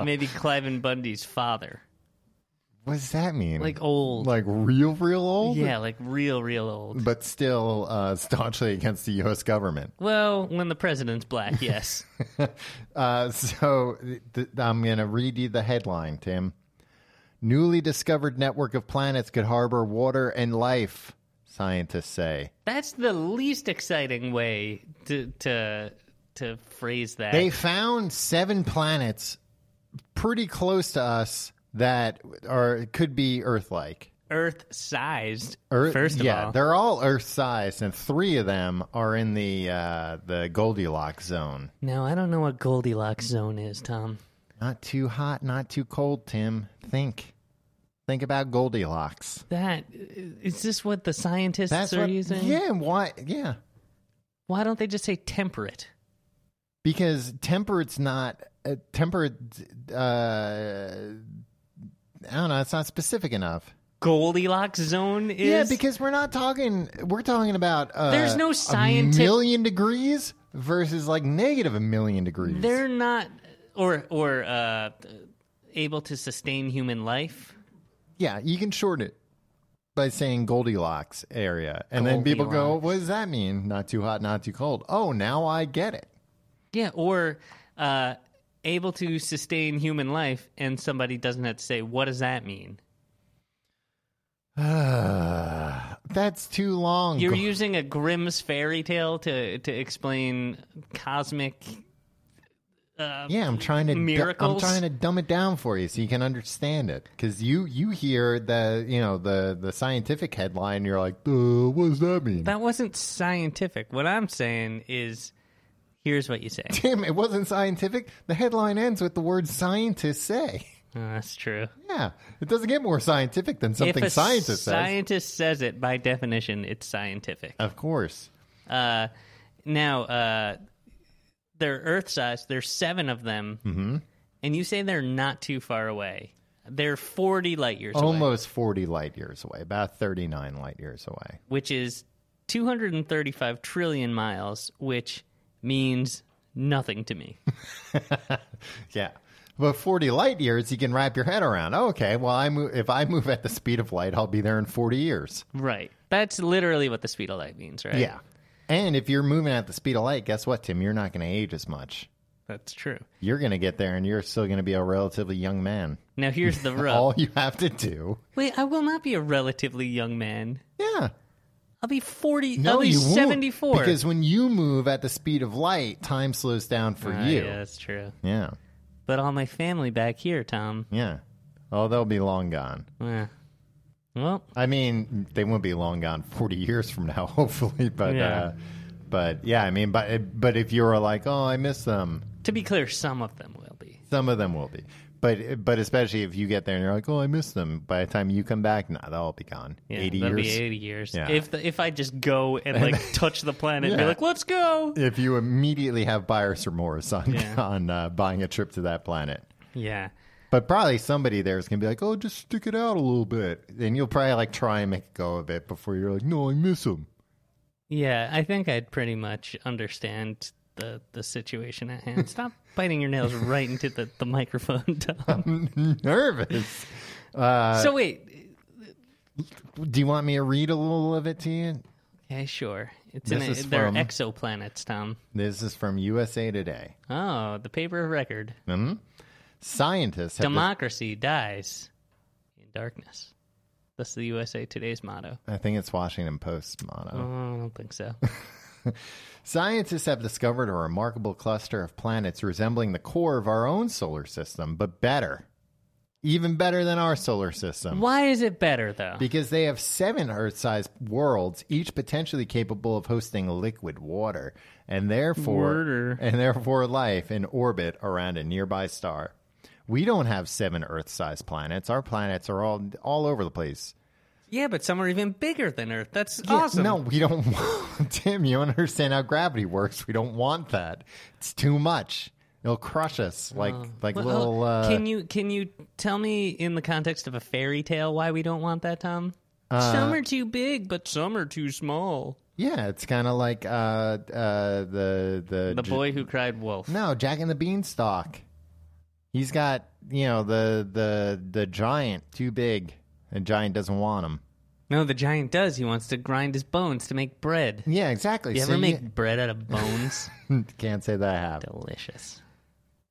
[SPEAKER 2] maybe Clive and Bundy's father.
[SPEAKER 3] What does that mean?
[SPEAKER 2] Like old.
[SPEAKER 3] like real, real old.
[SPEAKER 2] yeah, like real, real old.
[SPEAKER 3] but still uh, staunchly against the U.S. government.
[SPEAKER 2] Well, when the president's black,
[SPEAKER 3] (laughs)
[SPEAKER 2] yes.
[SPEAKER 3] Uh, so th- th- I'm going to read you the headline, Tim. Newly discovered network of planets could harbor water and life, scientists say.
[SPEAKER 2] That's the least exciting way to to to phrase that.
[SPEAKER 3] They found seven planets pretty close to us that are could be Earth-like.
[SPEAKER 2] Earth sized.
[SPEAKER 3] Earth,
[SPEAKER 2] first of
[SPEAKER 3] yeah,
[SPEAKER 2] all.
[SPEAKER 3] they're all Earth-sized, and three of them are in the uh, the Goldilocks zone.
[SPEAKER 2] No, I don't know what Goldilocks zone is, Tom.
[SPEAKER 3] Not too hot, not too cold, Tim. Think, think about Goldilocks.
[SPEAKER 2] That is this what the scientists
[SPEAKER 3] That's
[SPEAKER 2] are
[SPEAKER 3] what,
[SPEAKER 2] using?
[SPEAKER 3] yeah. Why? Yeah,
[SPEAKER 2] Why don't they just say temperate?
[SPEAKER 3] because temperate's not uh, temperate. Uh, I don't know. It's not specific enough.
[SPEAKER 2] Goldilocks zone is
[SPEAKER 3] yeah, because we're not talking. We're talking about uh,
[SPEAKER 2] There's no scientific-
[SPEAKER 3] a million degrees versus like negative a million degrees.
[SPEAKER 2] they're not or or uh able to sustain human life.
[SPEAKER 3] yeah, you can shorten it by saying Goldilocks area, and then people go, "What does that mean? Not too hot, not too cold." Oh, now I get it. (sighs)
[SPEAKER 2] Yeah, or uh able to sustain human life and somebody doesn't have to say what does that mean?
[SPEAKER 3] That's too long.
[SPEAKER 2] You're
[SPEAKER 3] Go-
[SPEAKER 2] using a Grimm's fairy tale to to explain cosmic.
[SPEAKER 3] Yeah, I'm trying to
[SPEAKER 2] Miracles?
[SPEAKER 3] I'm trying to dumb it down for you so you can understand it because you you hear the you know the the scientific headline, you're like, uh, what does that mean?
[SPEAKER 2] That wasn't scientific. What I'm saying is, here's what (laughs) you say.
[SPEAKER 3] Tim, it wasn't scientific. The headline ends with the word scientists say.
[SPEAKER 2] Oh, that's true.
[SPEAKER 3] Yeah, it doesn't get more scientific than
[SPEAKER 2] if
[SPEAKER 3] something
[SPEAKER 2] a
[SPEAKER 3] scientists says.
[SPEAKER 2] scientist says it, by definition, it's scientific.
[SPEAKER 3] Of course.
[SPEAKER 2] Uh, now, uh, they're Earth sized. There's seven of them, mm-hmm. and you say they're not too far away. They're 40 light years away.
[SPEAKER 3] Almost 40 light years away, about 39 light years away.
[SPEAKER 2] which is 235 trillion miles, which means nothing to
[SPEAKER 3] (laughs)
[SPEAKER 2] me.
[SPEAKER 3] Yeah. But 40 light years, you can wrap your head around. Okay, well, I move, if I move at the speed of light, I'll be there in 40 years.
[SPEAKER 2] right. That's literally what the speed of light means, right?
[SPEAKER 3] Yeah. And if you're moving at the speed of light, guess what, Tim? You're not going to age as much.
[SPEAKER 2] That's true.
[SPEAKER 3] You're going to get there and you're still going to be a relatively young man.
[SPEAKER 2] Now, here's
[SPEAKER 3] (laughs)
[SPEAKER 2] the rub.
[SPEAKER 3] All you have to do.
[SPEAKER 2] Wait, I will not be a relatively young man.
[SPEAKER 3] Yeah.
[SPEAKER 2] I'll be 40,
[SPEAKER 3] No,
[SPEAKER 2] I'll be
[SPEAKER 3] you won't,
[SPEAKER 2] 74.
[SPEAKER 3] Because when you move at the speed of light, time slows down for
[SPEAKER 2] Ah,
[SPEAKER 3] you.
[SPEAKER 2] Yeah, that's true.
[SPEAKER 3] Yeah.
[SPEAKER 2] But all my family back here, Tom.
[SPEAKER 3] Yeah. Oh, they'll be long gone.
[SPEAKER 2] Eh. Well,
[SPEAKER 3] I mean, they won't be long gone (laughs) 40 years from now, (laughs) hopefully. But,
[SPEAKER 2] Yeah.
[SPEAKER 3] uh, but yeah, I mean, but, but if you were like, oh, I miss them,
[SPEAKER 2] to be clear, some of them will be.
[SPEAKER 3] Some of them will be. But but especially if you get there and you're like, oh, I miss them. By the time you come back, nah, they'll all be gone.
[SPEAKER 2] Yeah,
[SPEAKER 3] Eighty
[SPEAKER 2] that'd
[SPEAKER 3] years.
[SPEAKER 2] Be 80 years.
[SPEAKER 3] Yeah.
[SPEAKER 2] If the, if I just go and like (laughs) touch the planet and be
[SPEAKER 3] Yeah.
[SPEAKER 2] like, let's go.
[SPEAKER 3] If you immediately have buyer's remorse on
[SPEAKER 2] Yeah.
[SPEAKER 3] (laughs) on uh, buying a trip to that planet.
[SPEAKER 2] Yeah.
[SPEAKER 3] But probably somebody there is gonna be like, "Oh, just stick it out a little bit," and you'll probably like try and make a go of it before you're like, "No, I miss him."
[SPEAKER 2] Yeah. I think I'd pretty much understand the, the situation at (laughs) hand. Stop biting your nails right into the, the microphone, (laughs) Tom.
[SPEAKER 3] (laughs) Nervous.
[SPEAKER 2] so wait.
[SPEAKER 3] Do you want me to read a little of it to you?
[SPEAKER 2] Yeah, sure. It's in a,
[SPEAKER 3] This is
[SPEAKER 2] they're
[SPEAKER 3] from-
[SPEAKER 2] exoplanets, Tom.
[SPEAKER 3] This is from USA Today.
[SPEAKER 2] Oh, the paper of record.
[SPEAKER 3] Scientists have
[SPEAKER 2] Democracy dies in darkness. That's the USA Today's motto.
[SPEAKER 3] I think it's Washington Post motto.
[SPEAKER 2] Oh, I don't think (laughs) so.
[SPEAKER 3] Scientists have discovered a remarkable cluster of planets resembling the core of our own solar system, but better. Even better than our solar system.
[SPEAKER 2] Why is it better though?
[SPEAKER 3] Because they have seven Earth sized worlds, each potentially capable of hosting liquid water, and therefore
[SPEAKER 2] Water.
[SPEAKER 3] and therefore life in orbit around a nearby star. We don't have seven Earth sized planets. Our planets are all all over the place.
[SPEAKER 2] yeah, but some are even bigger than Earth. That's
[SPEAKER 3] Yeah,
[SPEAKER 2] awesome.
[SPEAKER 3] No, we don't want (laughs) Tim, you don't understand how gravity works. We don't want that. It's too much. It'll crush us like like
[SPEAKER 2] Well,
[SPEAKER 3] little uh,
[SPEAKER 2] can you can you tell me in the context of a fairy tale why we don't want that, Tom?
[SPEAKER 3] Uh,
[SPEAKER 2] some are too big, but some are too small.
[SPEAKER 3] Yeah, it's kinda like uh uh the the,
[SPEAKER 2] The
[SPEAKER 3] j-
[SPEAKER 2] boy who cried wolf.
[SPEAKER 3] No, Jack and the Beanstalk. He's got, you know, the the the giant too big. And giant doesn't want him.
[SPEAKER 2] No, the giant does. He wants to grind his bones to make bread.
[SPEAKER 3] Yeah, exactly.
[SPEAKER 2] You
[SPEAKER 3] So
[SPEAKER 2] ever make bread
[SPEAKER 3] (laughs)
[SPEAKER 2] out of bones?
[SPEAKER 3] can't say that I have.
[SPEAKER 2] Delicious.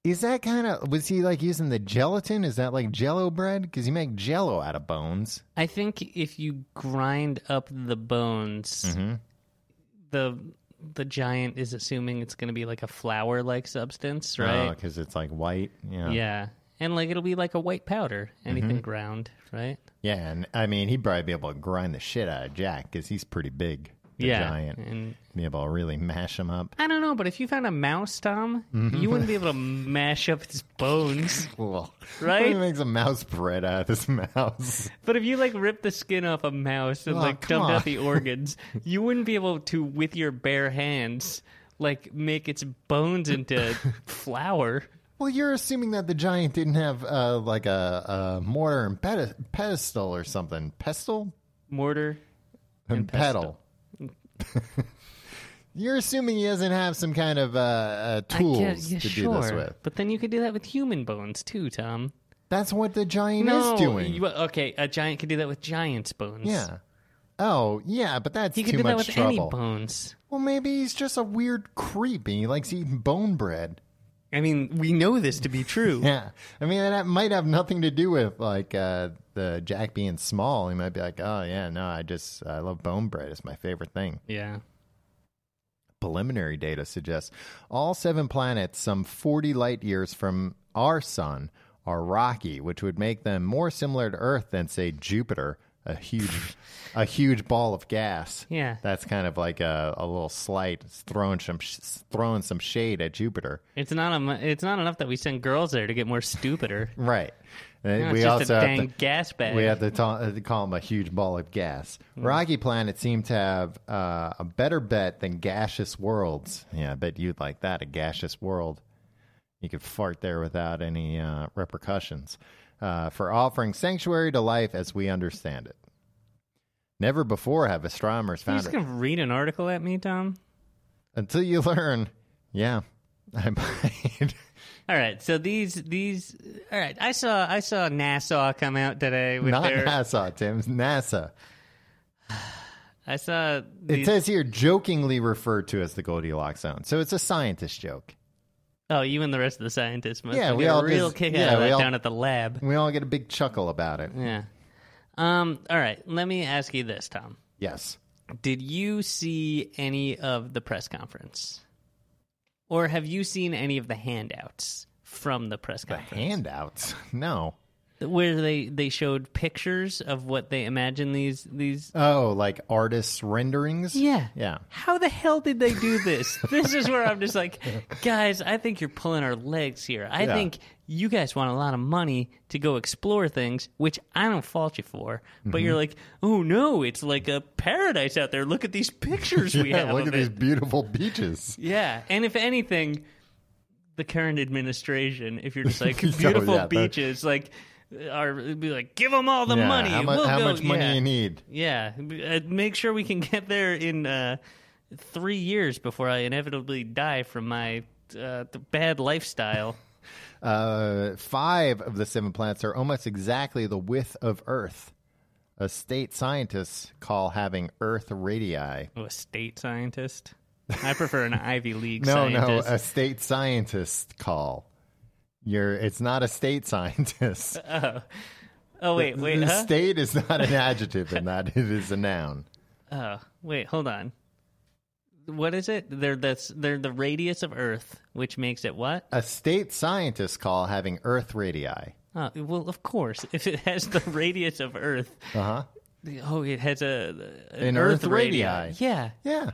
[SPEAKER 3] Is that kind of was he like using the gelatin? Is that like Jello bread? Because you make Jello out of bones.
[SPEAKER 2] I think if you grind up the bones,
[SPEAKER 3] Mm-hmm.
[SPEAKER 2] the the giant is assuming it's going to be like a flour like substance, right?
[SPEAKER 3] because Oh, it's like white. Yeah. yeah, Mm-hmm.
[SPEAKER 2] Yeah. And like it'll be like a white powder, anything ground, right?
[SPEAKER 3] And I mean, he'd probably be able to grind the shit out of Jack because he's pretty big. the
[SPEAKER 2] yeah.
[SPEAKER 3] giant.
[SPEAKER 2] And
[SPEAKER 3] Be able to really mash him up.
[SPEAKER 2] I don't know, but if you found a mouse, Tom,
[SPEAKER 3] Mm-hmm.
[SPEAKER 2] you wouldn't be able to mash up its bones,
[SPEAKER 3] (laughs) Cool.
[SPEAKER 2] Right?
[SPEAKER 3] He makes a mouse bread out of (laughs) this mouse.
[SPEAKER 2] but if you like ripped the skin off a mouse and
[SPEAKER 3] Oh,
[SPEAKER 2] like
[SPEAKER 3] come
[SPEAKER 2] dumped
[SPEAKER 3] on. (laughs)
[SPEAKER 2] out the organs, you wouldn't be able to with your bare hands like make its bones
[SPEAKER 3] (laughs)
[SPEAKER 2] into flour.
[SPEAKER 3] Well, you're assuming that the giant didn't have uh, like a, a mortar and pedi- pedestal or something. Pestle
[SPEAKER 2] mortar.
[SPEAKER 3] and, pedal. (laughs) you're assuming he doesn't have some kind of uh, uh, tools to do this with.
[SPEAKER 2] But then you could do that with human bones too, Tom.
[SPEAKER 3] That's what the giant is doing.
[SPEAKER 2] you- okay, a giant could do that with giant's bones.
[SPEAKER 3] Yeah. Oh, yeah, but that's
[SPEAKER 2] he could
[SPEAKER 3] too
[SPEAKER 2] do
[SPEAKER 3] much
[SPEAKER 2] that with any
[SPEAKER 3] trouble.
[SPEAKER 2] bones.
[SPEAKER 3] well, maybe he's just a weird creep and he likes eating bone bread.
[SPEAKER 2] I mean, we know this to be true.
[SPEAKER 3] (laughs) Yeah. I mean, that might have nothing to do with like uh, the Jack being small. He might be like, "Oh, yeah, no, I just I love bone bread. It's my favorite thing."
[SPEAKER 2] yeah.
[SPEAKER 3] Preliminary data suggests all seven planets some 40 light years from our sun are rocky, which would make them more similar to Earth than say Jupiter,
[SPEAKER 2] (laughs)
[SPEAKER 3] a huge a huge ball of gas.
[SPEAKER 2] Yeah.
[SPEAKER 3] That's kind of like a, a little slight it's throwing some sh- throwing some shade at Jupiter.
[SPEAKER 2] It's not a, mu- it's not enough that we send girls there to get more
[SPEAKER 3] (laughs)
[SPEAKER 2] stupider.
[SPEAKER 3] Right. And
[SPEAKER 2] No, it's
[SPEAKER 3] we
[SPEAKER 2] just
[SPEAKER 3] also
[SPEAKER 2] a
[SPEAKER 3] have
[SPEAKER 2] dang
[SPEAKER 3] to-
[SPEAKER 2] gas bag.
[SPEAKER 3] We have to ta- uh, call them a huge ball of gas.
[SPEAKER 2] Hmm.
[SPEAKER 3] Rocky planets seem to have uh, a better bet than gaseous worlds. Yeah, I bet you'd like that, a gaseous world. You could fart there without any uh, repercussions uh, for offering sanctuary to life as we understand it. Never before have astronomers
[SPEAKER 2] you
[SPEAKER 3] found
[SPEAKER 2] just
[SPEAKER 3] it.
[SPEAKER 2] gonna read an article at me, Tom?
[SPEAKER 3] Until you learn, yeah, (laughs) I might.
[SPEAKER 2] All right, so these these all right. I saw I saw NASA come out today with
[SPEAKER 3] Not
[SPEAKER 2] their
[SPEAKER 3] NASA, Tim. NASA.
[SPEAKER 2] I saw
[SPEAKER 3] It
[SPEAKER 2] these,
[SPEAKER 3] says here jokingly referred to as the Goldilocks zone. So it's a scientist joke.
[SPEAKER 2] oh you and the rest of the scientists must
[SPEAKER 3] Yeah,
[SPEAKER 2] have
[SPEAKER 3] we
[SPEAKER 2] got
[SPEAKER 3] all
[SPEAKER 2] a real
[SPEAKER 3] just-
[SPEAKER 2] kick
[SPEAKER 3] yeah,
[SPEAKER 2] out of
[SPEAKER 3] we
[SPEAKER 2] that
[SPEAKER 3] all-
[SPEAKER 2] down at the lab.
[SPEAKER 3] We all get a big chuckle about it.
[SPEAKER 2] Yeah. Um, all right. Let me ask you this, Tom.
[SPEAKER 3] Yes.
[SPEAKER 2] Did you see any of the press conference? Or have you seen any of the handouts from the press
[SPEAKER 3] The
[SPEAKER 2] conference?
[SPEAKER 3] handouts. (laughs) No.
[SPEAKER 2] Where they, they showed pictures of what they imagine these these
[SPEAKER 3] Oh, like artists' renderings?
[SPEAKER 2] Yeah.
[SPEAKER 3] Yeah.
[SPEAKER 2] How the hell did (laughs) they do this? this is where I'm just like, guys, I think you're pulling our legs here. I
[SPEAKER 3] Yeah.
[SPEAKER 2] think you guys want a lot of money to go explore things, which I don't fault you for.
[SPEAKER 3] Mm-hmm.
[SPEAKER 2] But you're like, oh no, it's like a paradise out there. Look at these pictures we
[SPEAKER 3] (laughs) yeah,
[SPEAKER 2] have.
[SPEAKER 3] look
[SPEAKER 2] of
[SPEAKER 3] at
[SPEAKER 2] it."
[SPEAKER 3] these beautiful beaches.
[SPEAKER 2] Yeah, and if anything, the current administration, if you're
[SPEAKER 3] (laughs)
[SPEAKER 2] just like
[SPEAKER 3] Oh,
[SPEAKER 2] beautiful
[SPEAKER 3] yeah, that-
[SPEAKER 2] beaches, like are be like, give them all (laughs) the
[SPEAKER 3] Yeah,
[SPEAKER 2] money.
[SPEAKER 3] How, mu-
[SPEAKER 2] We'll
[SPEAKER 3] how
[SPEAKER 2] go-
[SPEAKER 3] much money
[SPEAKER 2] yeah.
[SPEAKER 3] you need?
[SPEAKER 2] Yeah, Uh, make sure we can get there in uh, three years before I inevitably die from my uh, th- bad
[SPEAKER 3] (laughs)
[SPEAKER 2] lifestyle.
[SPEAKER 3] Uh, five of the seven planets are almost exactly the width of Earth. A state scientists call having Earth radii.
[SPEAKER 2] oh, a state scientist. I prefer an
[SPEAKER 3] (laughs)
[SPEAKER 2] Ivy League
[SPEAKER 3] No, uh,
[SPEAKER 2] scientist.
[SPEAKER 3] no, a state scientist call. You're. It's not a state scientist.
[SPEAKER 2] oh wait, wait, huh?
[SPEAKER 3] State is not an adjective in that; it is a noun.
[SPEAKER 2] Oh, wait, hold on. What is it? They're that's they're the radius of Earth, which makes it what?
[SPEAKER 3] A state scientist call having Earth radii.
[SPEAKER 2] Uh, well, of course, if it has the (laughs) radius of Earth,
[SPEAKER 3] Uh huh.
[SPEAKER 2] oh, it has a
[SPEAKER 3] An Earth radii.
[SPEAKER 2] Yeah.
[SPEAKER 3] Yeah,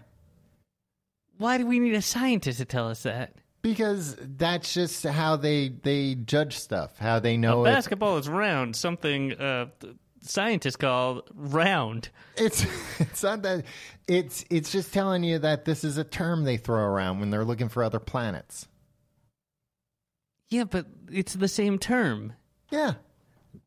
[SPEAKER 2] Why do we need a scientist to tell us that?
[SPEAKER 3] because that's just how they they judge stuff. How they know if
[SPEAKER 2] Basketball is round. Something uh, th- scientists call round.
[SPEAKER 3] It's (laughs) it's not that it's it's just telling you that this is a term they throw around when they're looking for other planets.
[SPEAKER 2] Yeah, but it's the same term.
[SPEAKER 3] Yeah.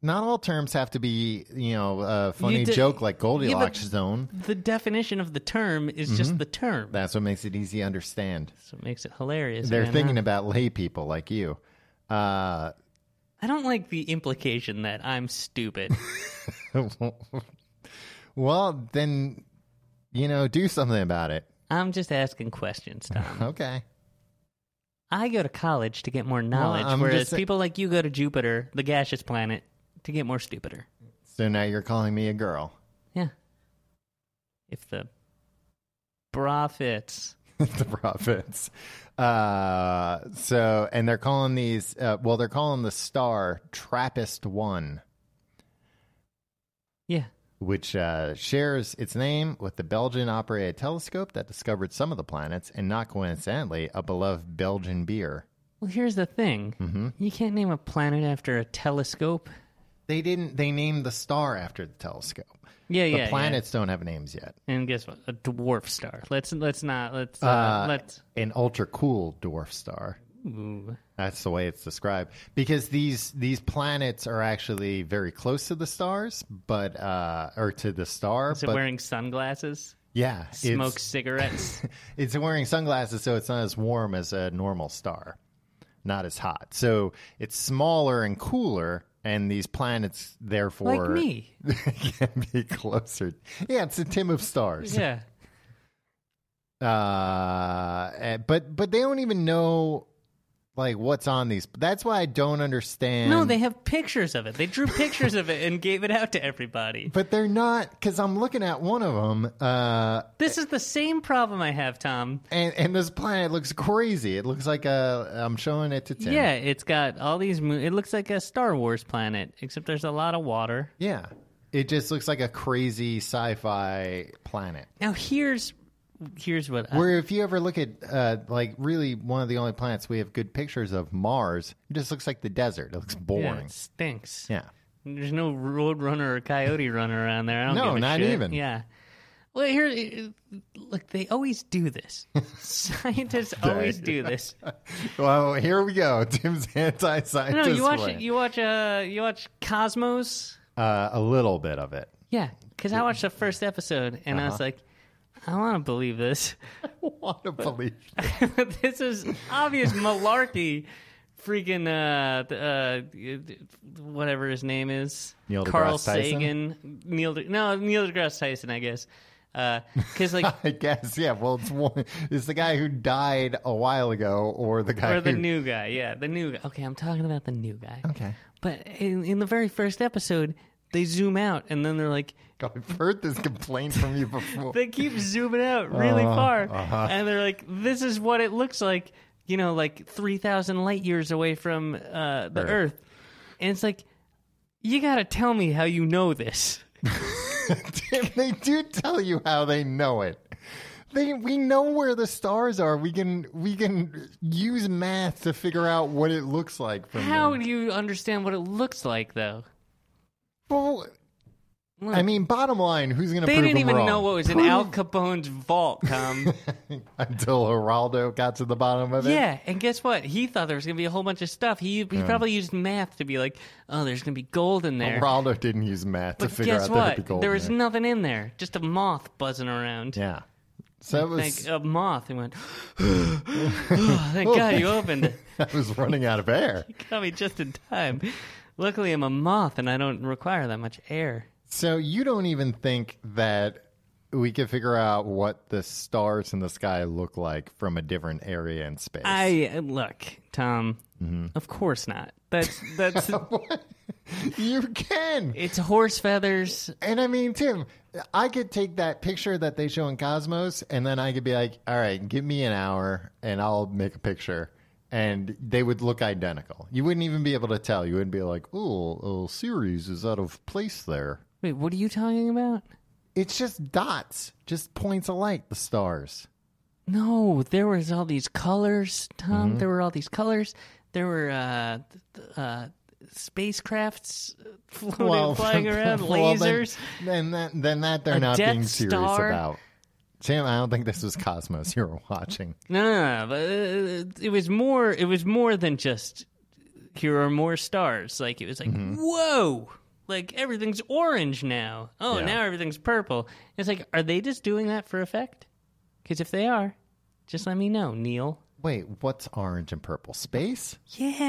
[SPEAKER 3] Not all terms have to be, you know, a funny
[SPEAKER 2] You d-
[SPEAKER 3] joke like Goldilocks
[SPEAKER 2] Yeah, but-
[SPEAKER 3] zone.
[SPEAKER 2] The definition of the term is
[SPEAKER 3] Mm-hmm.
[SPEAKER 2] just the term.
[SPEAKER 3] That's what makes it easy to understand.
[SPEAKER 2] That's what makes it hilarious.
[SPEAKER 3] They're
[SPEAKER 2] man,
[SPEAKER 3] thinking
[SPEAKER 2] huh?
[SPEAKER 3] about lay people like you. Uh,
[SPEAKER 2] I don't like the implication that I'm
[SPEAKER 3] (laughs)
[SPEAKER 2] stupid.
[SPEAKER 3] well, then, you know, do something about it. (laughs)
[SPEAKER 2] I'm just asking questions, Tom.
[SPEAKER 3] Okay.
[SPEAKER 2] I go to college to get more knowledge,
[SPEAKER 3] I'm
[SPEAKER 2] whereas
[SPEAKER 3] just sa-
[SPEAKER 2] people like you go to Jupiter, the gaseous planet, to get more stupider.
[SPEAKER 3] So now you're calling me a girl. (laughs)
[SPEAKER 2] Yeah. If the bra fits.
[SPEAKER 3] the prophets. Uh, so, and they're calling these, uh, well, they're calling the star Trappist 1,
[SPEAKER 2] Yeah.
[SPEAKER 3] which uh, shares its name with the Belgian operated telescope that discovered some of the planets and not coincidentally a beloved Belgian beer.
[SPEAKER 2] Well, here's the thing
[SPEAKER 3] Mm-hmm.
[SPEAKER 2] you can't name a planet after a telescope.
[SPEAKER 3] They didn't, they named the star after the telescope.
[SPEAKER 2] Yeah,
[SPEAKER 3] The
[SPEAKER 2] yeah. yeah.
[SPEAKER 3] planets don't have names yet.
[SPEAKER 2] And guess what? A dwarf star. Let's let's not let's uh,
[SPEAKER 3] Uh,
[SPEAKER 2] let's.
[SPEAKER 3] An ultra cool dwarf star.
[SPEAKER 2] Ooh.
[SPEAKER 3] That's the way it's described because these these planets are actually very close to the stars, but uh, or to the star.
[SPEAKER 2] Is it
[SPEAKER 3] but
[SPEAKER 2] wearing sunglasses?
[SPEAKER 3] yeah,
[SPEAKER 2] Smokes
[SPEAKER 3] It's,
[SPEAKER 2] cigarettes.
[SPEAKER 3] it's wearing sunglasses, so it's not as warm as a normal star, not as hot. So it's smaller and cooler, and these planets therefore
[SPEAKER 2] like me.
[SPEAKER 3] (laughs) can be closer. Yeah, it's a tim of stars.
[SPEAKER 2] Yeah.
[SPEAKER 3] uh and- but but they don't even know like what's on these that's why i don't understand
[SPEAKER 2] No, they have pictures of it. They drew pictures of it and gave it out to everybody.
[SPEAKER 3] but they're not because i'm looking at one of them uh
[SPEAKER 2] This is the same problem I have, Tom.
[SPEAKER 3] and and this planet looks crazy it looks like a i'm showing it to tim
[SPEAKER 2] Yeah, it's got all these. Mo- it looks like a Star Wars planet, except there's a lot of water.
[SPEAKER 3] yeah it just looks like a crazy sci-fi planet
[SPEAKER 2] Now here's here's what I,
[SPEAKER 3] where if you ever look at uh like really one of the only planets we have good pictures of mars it just looks like the desert it looks
[SPEAKER 2] yeah,
[SPEAKER 3] boring
[SPEAKER 2] it stinks.
[SPEAKER 3] yeah,
[SPEAKER 2] There's no road runner or coyote runner around there. I don't
[SPEAKER 3] No,
[SPEAKER 2] give a
[SPEAKER 3] not
[SPEAKER 2] shit.
[SPEAKER 3] even.
[SPEAKER 2] Yeah. Well, here, look, they always do
[SPEAKER 3] (laughs)
[SPEAKER 2] this. Scientists always do this.
[SPEAKER 3] well here we go (laughs) tim's anti-scientist
[SPEAKER 2] No, you watch
[SPEAKER 3] rant.
[SPEAKER 2] you watch uh you watch Cosmos.
[SPEAKER 3] Uh, a little bit of (laughs) it.
[SPEAKER 2] Yeah, because I watched the first episode and
[SPEAKER 3] Uh-huh.
[SPEAKER 2] I was like, I want to believe this.
[SPEAKER 3] Want to believe?
[SPEAKER 2] (laughs) this is obvious malarkey. Freaking uh, uh, whatever his name is,
[SPEAKER 3] Neil
[SPEAKER 2] Carl
[SPEAKER 3] deGrasse Tyson?
[SPEAKER 2] Sagan, Neil. De- no, Neil deGrasse Tyson, I guess. Because
[SPEAKER 3] (laughs)
[SPEAKER 2] like
[SPEAKER 3] I guess. Yeah. Well, it's one. It's the guy who died a while ago, or the guy
[SPEAKER 2] or
[SPEAKER 3] (laughs)
[SPEAKER 2] the
[SPEAKER 3] who.
[SPEAKER 2] new guy, yeah, the new guy. Okay, I'm talking about the new guy.
[SPEAKER 3] okay.
[SPEAKER 2] But in, in the very first episode, they zoom out and then they're like,
[SPEAKER 3] God, I've heard this complaint from you
[SPEAKER 2] (laughs)
[SPEAKER 3] before.
[SPEAKER 2] they keep zooming out really
[SPEAKER 3] Uh,
[SPEAKER 2] far
[SPEAKER 3] uh-huh.
[SPEAKER 2] and they're like this is what it looks like you know like 3000 light years away from uh, the
[SPEAKER 3] Earth.
[SPEAKER 2] earth. and it's like you gotta tell me how you know this
[SPEAKER 3] (laughs) Tim, they do tell you how they know it. They, we know where the stars are. We can we can use math to figure out what it looks like. From
[SPEAKER 2] How
[SPEAKER 3] there.
[SPEAKER 2] do you understand what it looks like, though?
[SPEAKER 3] Well, I mean, bottom line, who's going to?
[SPEAKER 2] They
[SPEAKER 3] prove
[SPEAKER 2] didn't
[SPEAKER 3] them
[SPEAKER 2] even
[SPEAKER 3] wrong?
[SPEAKER 2] know what was in Al Capone's vault, (laughs) Tom.
[SPEAKER 3] (laughs) until Geraldo got to the bottom of it.
[SPEAKER 2] yeah, and guess what? He thought there was going to be a whole bunch of stuff. He, he probably used math to be like, oh, there's going to be gold in there.
[SPEAKER 3] Geraldo didn't use math
[SPEAKER 2] but
[SPEAKER 3] to figure
[SPEAKER 2] guess
[SPEAKER 3] out
[SPEAKER 2] what?
[SPEAKER 3] there'd be gold.
[SPEAKER 2] there
[SPEAKER 3] in
[SPEAKER 2] was
[SPEAKER 3] it.
[SPEAKER 2] nothing in there. Just a moth buzzing around.
[SPEAKER 3] yeah. So that was
[SPEAKER 2] Like
[SPEAKER 3] (laughs)
[SPEAKER 2] a moth. (laughs) And went, (gasps) oh, thank God you opened it. (laughs)
[SPEAKER 3] that was running out of air.
[SPEAKER 2] Got me just in time. Luckily, I'm a moth and I don't require that much air.
[SPEAKER 3] So you don't even think that we could figure out what the stars in the sky look like from a different area in space.
[SPEAKER 2] I uh, look, Tom.
[SPEAKER 3] Mm-hmm.
[SPEAKER 2] Of course not. (laughs) That's that's
[SPEAKER 3] (laughs) you can.
[SPEAKER 2] it's horse feathers.
[SPEAKER 3] And I mean, Tim, I could take that picture that they show in Cosmos, and then I could be like, all right, give me an hour and I'll make a picture. And they would look identical. You wouldn't even be able to tell. You wouldn't be like, oh, oh Ceres is out of place there.
[SPEAKER 2] Wait, what are you talking about?
[SPEAKER 3] It's just dots, just points of light, the stars.
[SPEAKER 2] No, there was all these colors, Tom.
[SPEAKER 3] Mm-hmm.
[SPEAKER 2] There were all these colors. There were uh, th- uh, spacecrafts (laughs) floating,
[SPEAKER 3] (laughs)
[SPEAKER 2] flying around,
[SPEAKER 3] well, then-
[SPEAKER 2] lasers.
[SPEAKER 3] Then, that, then that they're not
[SPEAKER 2] Death
[SPEAKER 3] being serious
[SPEAKER 2] Star.
[SPEAKER 3] about. Tim, I don't think this was Cosmos you were watching.
[SPEAKER 2] No, no, no, but uh, it was more. It was more than just here are more stars. Like it was like
[SPEAKER 3] Mm-hmm.
[SPEAKER 2] whoa, like everything's orange now. Oh,
[SPEAKER 3] Yeah.
[SPEAKER 2] now everything's purple. It's like are they just doing that for effect? Because if they are, just let me know, Neil.
[SPEAKER 3] Wait, what's orange and purple? Space? (laughs)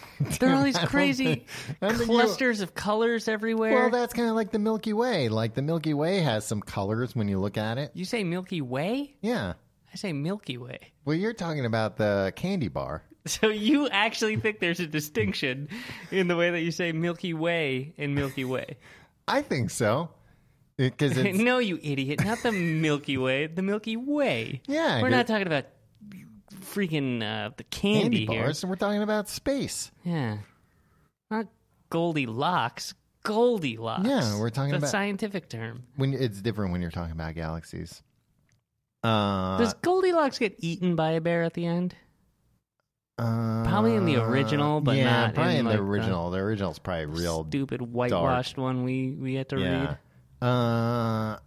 [SPEAKER 2] Yeah, there are all these crazy
[SPEAKER 3] I don't think you-
[SPEAKER 2] clusters of colors everywhere.
[SPEAKER 3] Well, that's kind of like the Milky Way. Like the Milky Way has some colors when you look at it.
[SPEAKER 2] you say Milky Way?
[SPEAKER 3] Yeah.
[SPEAKER 2] I say Milky Way. (laughs)
[SPEAKER 3] Well, you're talking about the candy bar.
[SPEAKER 2] So you actually think there's a distinction in the way that you say Milky Way and Milky Way?
[SPEAKER 3] I think so. Because
[SPEAKER 2] (laughs)
[SPEAKER 3] it's.
[SPEAKER 2] no, you idiot. Not the Milky Way. The Milky Way.
[SPEAKER 3] Yeah,
[SPEAKER 2] We're
[SPEAKER 3] good.
[SPEAKER 2] not talking about freaking uh, the candy,
[SPEAKER 3] Candy
[SPEAKER 2] here.
[SPEAKER 3] bars, and we're talking about space.
[SPEAKER 2] Yeah. Not Goldilocks. Goldilocks.
[SPEAKER 3] Yeah, we're talking
[SPEAKER 2] It's a
[SPEAKER 3] about-
[SPEAKER 2] scientific term.
[SPEAKER 3] When it's different when you're talking about galaxies. Uh,
[SPEAKER 2] Does Goldilocks get eaten by a bear at the end?
[SPEAKER 3] uh,
[SPEAKER 2] probably in the original, but
[SPEAKER 3] yeah,
[SPEAKER 2] not
[SPEAKER 3] probably
[SPEAKER 2] in,
[SPEAKER 3] in,
[SPEAKER 2] like,
[SPEAKER 3] the
[SPEAKER 2] the
[SPEAKER 3] original. The, original's probably real.
[SPEAKER 2] Stupid whitewashed one we, we had to
[SPEAKER 3] yeah.
[SPEAKER 2] read.
[SPEAKER 3] Uh,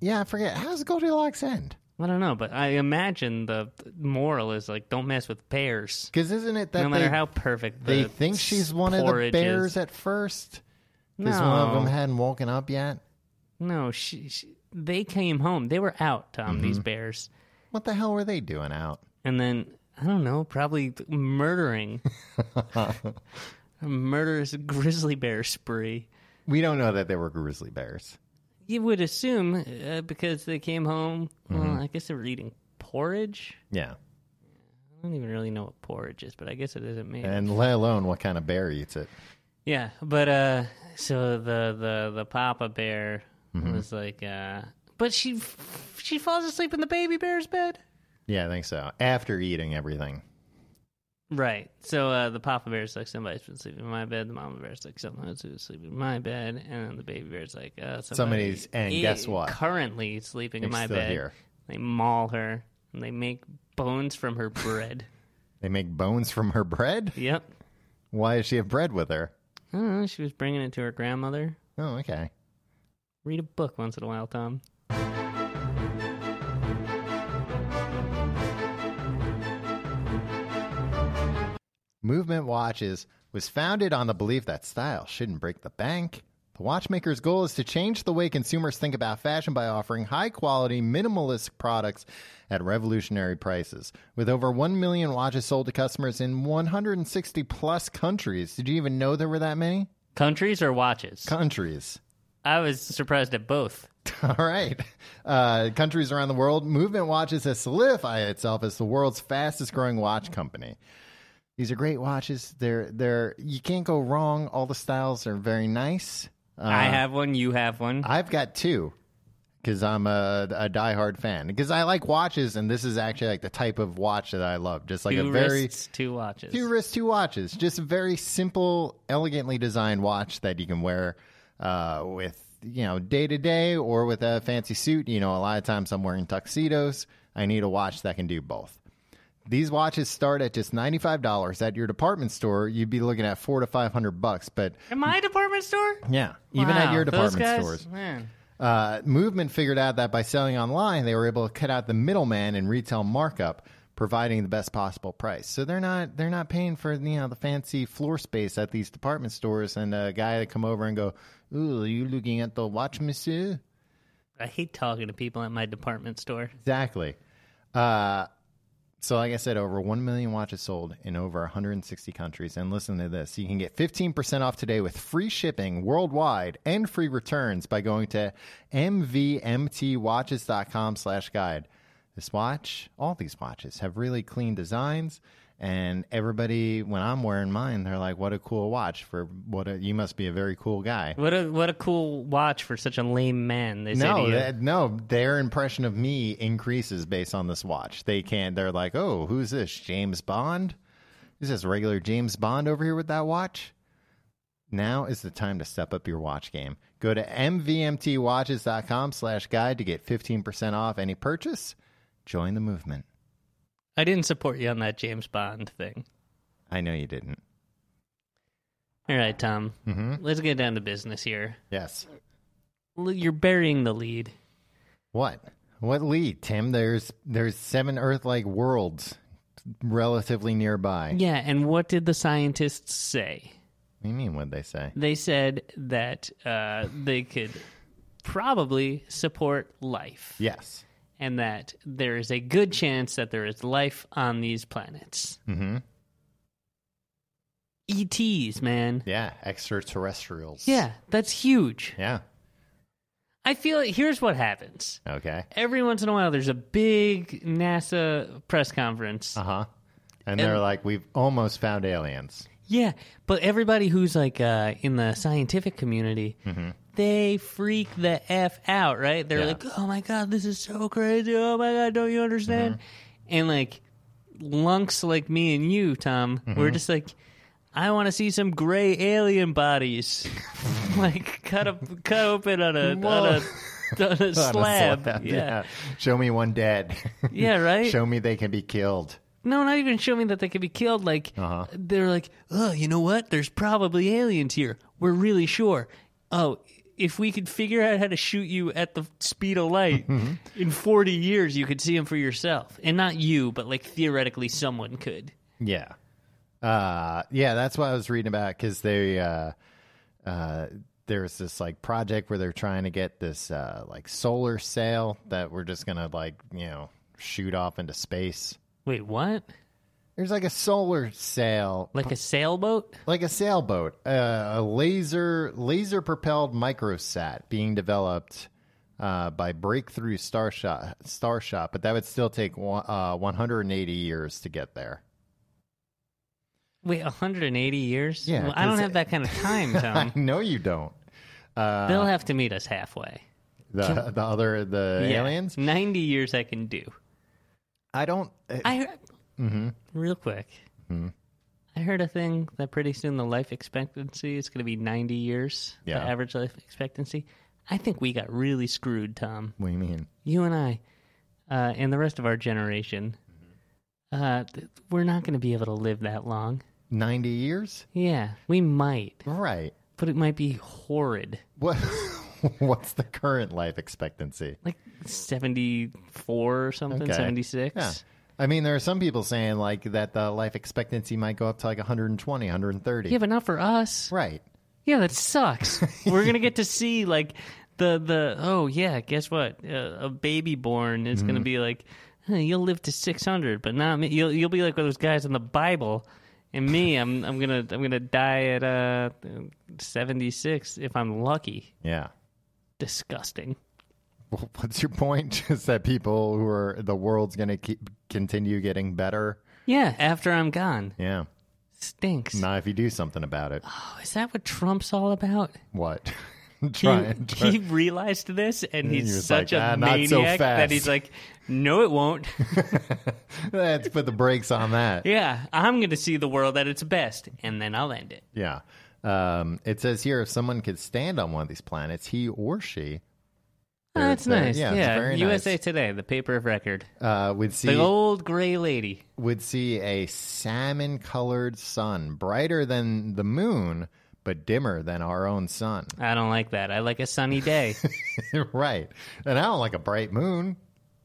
[SPEAKER 3] yeah, I forget. How does Goldilocks end?
[SPEAKER 2] I don't know, but I imagine the the moral is like don't mess with bears.
[SPEAKER 3] Because isn't it that
[SPEAKER 2] no matter
[SPEAKER 3] they,
[SPEAKER 2] how perfect
[SPEAKER 3] they
[SPEAKER 2] the
[SPEAKER 3] think she's one of the
[SPEAKER 2] porridge is.
[SPEAKER 3] bears at first? Because one of them hadn't woken up yet.
[SPEAKER 2] No, she, she, they came home. They were out, Tom, these bears.
[SPEAKER 3] What the hell were they doing out?
[SPEAKER 2] And then, I don't know, probably murdering. a murderous grizzly bear spree.
[SPEAKER 3] We don't know that they were grizzly bears.
[SPEAKER 2] You would assume uh, because they came home. Well, I guess they were eating porridge.
[SPEAKER 3] Yeah.
[SPEAKER 2] I don't even really know what porridge is, but I guess it isn't me.
[SPEAKER 3] And let alone what kind of bear eats it.
[SPEAKER 2] Yeah, but uh, so the the the Papa Bear was like, uh, but she she falls asleep in the baby bear's bed.
[SPEAKER 3] Yeah, I think so. After eating everything.
[SPEAKER 2] Right. So uh, the Papa Bear's like somebody's been sleeping in my bed. The Mama Bear's like someone's who's sleeping in my bed, and then the baby Bear's like uh, somebody
[SPEAKER 3] Somebody's- and
[SPEAKER 2] i-
[SPEAKER 3] guess what?
[SPEAKER 2] Currently sleeping in
[SPEAKER 3] They're
[SPEAKER 2] my
[SPEAKER 3] still
[SPEAKER 2] bed.
[SPEAKER 3] here.
[SPEAKER 2] They maul her and they make bones from her
[SPEAKER 3] (laughs)
[SPEAKER 2] bread.
[SPEAKER 3] They make bones from her bread?
[SPEAKER 2] yep.
[SPEAKER 3] Why does she have bread with her?
[SPEAKER 2] I don't know. She was bringing it to her grandmother.
[SPEAKER 3] Oh, okay.
[SPEAKER 2] Read a book once in a while, Tom.
[SPEAKER 3] Movement Watches was founded on the belief that style shouldn't break the bank. The watchmaker's goal is to change the way consumers think about fashion by offering high quality, minimalist products at revolutionary prices. With over 1 million watches sold to customers in 160 plus countries, did you even know there were that many?
[SPEAKER 2] Countries or watches?
[SPEAKER 3] Countries.
[SPEAKER 2] I was surprised at both.
[SPEAKER 3] (laughs) All right. Uh, countries around the world, Movement Watches has solidified itself as the world's fastest growing watch company. These are great watches. They're they're you can't go wrong. All the styles are very nice. Uh,
[SPEAKER 2] I have one. You have one.
[SPEAKER 3] I've got two because I'm a, a diehard fan because I like watches and this is actually like the type of watch that I love. Just like
[SPEAKER 2] two
[SPEAKER 3] a very
[SPEAKER 2] wrists, two watches.
[SPEAKER 3] two wrists, two watches. Just a very simple, elegantly designed watch that you can wear uh, with you know, day to day or with a fancy suit. You know, a lot of times I'm wearing tuxedos. I need a watch that can do both. These watches start at just ninety five dollars at your department store. You'd be looking at four to five hundred bucks, but
[SPEAKER 2] At my department store?
[SPEAKER 3] yeah, even at
[SPEAKER 2] Wow,
[SPEAKER 3] your
[SPEAKER 2] those
[SPEAKER 3] department
[SPEAKER 2] guys?
[SPEAKER 3] stores.
[SPEAKER 2] Man.
[SPEAKER 3] Uh, Movement figured out that by selling online, they were able to cut out the middleman and retail markup, providing the best possible price. So they're not they're not paying for you know the fancy floor space at these department stores and a guy to come over and go, "Ooh, are you looking at the watch, monsieur?"
[SPEAKER 2] I hate talking to people at my department store.
[SPEAKER 3] Exactly. Uh, so, like I said, over 1 million watches sold in over 160 countries. And listen to this you can get 15% off today with free shipping worldwide and free returns by going to mvmtwatches.com slash guide. This watch, all these watches, have really clean designs. And everybody, when I'm wearing mine, they're like, what a cool watch for what a, you must be a very cool guy.
[SPEAKER 2] What a what a cool watch for such a lame man. They say to
[SPEAKER 3] No,
[SPEAKER 2] you.
[SPEAKER 3] that, no, their impression of me increases based on this watch. They can't. They're like, "Oh, who's this? James Bond? Is this regular James Bond over here with that watch?" Now is the time to step up your watch game. Go to mvmtwatches.com slash guide to get 15% off any purchase. Join the movement.
[SPEAKER 2] I didn't support you on that James Bond thing.
[SPEAKER 3] I know you didn't.
[SPEAKER 2] All right, Tom.
[SPEAKER 3] Mm-hmm.
[SPEAKER 2] Let's get down to business here.
[SPEAKER 3] Yes.
[SPEAKER 2] L- You're burying the lead.
[SPEAKER 3] What? What lead, Tim? There's there's seven Earth-like worlds relatively nearby.
[SPEAKER 2] Yeah, and what did the scientists say?
[SPEAKER 3] What do you mean? What would they say?
[SPEAKER 2] They said that uh, they could probably support life,
[SPEAKER 3] Yes.
[SPEAKER 2] and that there is a good chance that there is life on these planets.
[SPEAKER 3] Mm-hmm.
[SPEAKER 2] ETs, man.
[SPEAKER 3] Yeah, extraterrestrials.
[SPEAKER 2] Yeah, that's huge.
[SPEAKER 3] Yeah.
[SPEAKER 2] I feel here's what happens.
[SPEAKER 3] Okay.
[SPEAKER 2] Every once in a while, there's a big NASA press conference.
[SPEAKER 3] Uh huh. And, they're like, we've almost found aliens.
[SPEAKER 2] Yeah, but everybody who's like uh, in the scientific community, they freak the f out, right? They're
[SPEAKER 3] Yeah.
[SPEAKER 2] like, "Oh my god, this is so crazy! Oh my god, don't you understand?" And like lunks like me and you, Tom, we're just like, "I want to see some gray alien bodies, (laughs) like cut up, cut open on a
[SPEAKER 3] Whoa.
[SPEAKER 2] on a, (laughs) on a
[SPEAKER 3] On a (laughs)
[SPEAKER 2] slab."
[SPEAKER 3] Yeah.
[SPEAKER 2] Yeah.
[SPEAKER 3] Show me one dead. (laughs)
[SPEAKER 2] yeah, right.
[SPEAKER 3] Show me they can be killed.
[SPEAKER 2] No, not even show me that they could be killed. Like
[SPEAKER 3] Uh-huh.
[SPEAKER 2] they're like, oh, you know what? There's probably aliens here. We're really sure. Oh, if we could figure out how to shoot you at the speed of
[SPEAKER 3] (laughs)
[SPEAKER 2] light
[SPEAKER 3] Mm-hmm.
[SPEAKER 2] in 40 years, you could see them for yourself, and not you, but like theoretically, someone could.
[SPEAKER 3] Yeah. Uh, yeah, that's what I was reading about because they, uh, uh, there's this like project where they're trying to get this, uh, like solar sail that we're just going to like, you know, shoot off into space.
[SPEAKER 2] Wait, what?
[SPEAKER 3] There's like a solar sail
[SPEAKER 2] Like a sailboat?
[SPEAKER 3] like a sailboat, uh, a laser laser propelled microsat being developed uh, by Breakthrough Starshot, Starshot, but that would still take one, uh, 180 years to get there. (laughs)
[SPEAKER 2] Wait, 180 years?
[SPEAKER 3] Yeah,
[SPEAKER 2] Well, I don't
[SPEAKER 3] 'cause-
[SPEAKER 2] have that kind of time,
[SPEAKER 3] (laughs)
[SPEAKER 2] Tom.
[SPEAKER 3] no, you don't.
[SPEAKER 2] They'll have to meet us halfway.
[SPEAKER 3] The the other the
[SPEAKER 2] Yeah.
[SPEAKER 3] aliens.
[SPEAKER 2] 90 years I can do.
[SPEAKER 3] I don't. uh,
[SPEAKER 2] I heard,
[SPEAKER 3] Mm-hmm.
[SPEAKER 2] real quick. I heard a thing that pretty soon the life expectancy is going to be ninety years.
[SPEAKER 3] Yeah.
[SPEAKER 2] The average life expectancy. I think we got really screwed, Tom.
[SPEAKER 3] what do you mean?
[SPEAKER 2] You and I, uh, and the rest of our generation.
[SPEAKER 3] Mm-hmm.
[SPEAKER 2] Uh, th- we're not going to be able to live that long.
[SPEAKER 3] 90 years?
[SPEAKER 2] Yeah, we might,
[SPEAKER 3] Right.
[SPEAKER 2] but it might be horrid.
[SPEAKER 3] What? (laughs) What's the current life expectancy?
[SPEAKER 2] Like seventy-four or something,
[SPEAKER 3] Okay.
[SPEAKER 2] seventy-six.
[SPEAKER 3] Yeah. I mean, there are some people saying like that the life expectancy might go up to like 120, 130.
[SPEAKER 2] yeah, but not for us.
[SPEAKER 3] Right.
[SPEAKER 2] Yeah, that
[SPEAKER 3] (laughs)
[SPEAKER 2] sucks. We're gonna get to see like the the oh yeah, guess what? Uh, a baby born is
[SPEAKER 3] Mm-hmm.
[SPEAKER 2] gonna be like huh, you'll live to six hundred, but not me. You'll you'll be like those guys in the Bible, and me, I'm I'm gonna I'm gonna die at uh seventy six if I'm lucky.
[SPEAKER 3] Yeah.
[SPEAKER 2] Disgusting.
[SPEAKER 3] Well, (laughs) What's your point? Just that people who are the world's going to keep continue getting better.
[SPEAKER 2] Yeah, after I'm gone,
[SPEAKER 3] Yeah.
[SPEAKER 2] stinks.
[SPEAKER 3] Not if you do something about it.
[SPEAKER 2] Oh, is that what Trump's all
[SPEAKER 3] (laughs)
[SPEAKER 2] about?
[SPEAKER 3] What?
[SPEAKER 2] He,
[SPEAKER 3] try and try.
[SPEAKER 2] he realized this, and he's
[SPEAKER 3] he was
[SPEAKER 2] such
[SPEAKER 3] like,
[SPEAKER 2] a
[SPEAKER 3] "Ah, not
[SPEAKER 2] maniac
[SPEAKER 3] so
[SPEAKER 2] that
[SPEAKER 3] fast."
[SPEAKER 2] he's like, "No, it won't."
[SPEAKER 3] (laughs) Let's put the brakes on that.
[SPEAKER 2] Yeah, I'm going to see the world at its best, and then I'll end it.
[SPEAKER 3] Yeah. Um, it says here if someone could stand on one of these planets, he or she.
[SPEAKER 2] Oh,
[SPEAKER 3] they're-
[SPEAKER 2] that's
[SPEAKER 3] they're-
[SPEAKER 2] nice.
[SPEAKER 3] Yeah,
[SPEAKER 2] Yeah,
[SPEAKER 3] it's very
[SPEAKER 2] USA
[SPEAKER 3] nice.
[SPEAKER 2] Today, the paper of record.
[SPEAKER 3] Uh, would see
[SPEAKER 2] The old gray lady.
[SPEAKER 3] would see a salmon colored sun, brighter than the moon, but dimmer than our own sun.
[SPEAKER 2] I don't like that. I like a sunny
[SPEAKER 3] (laughs)
[SPEAKER 2] day.
[SPEAKER 3] right. And I don't like a bright moon.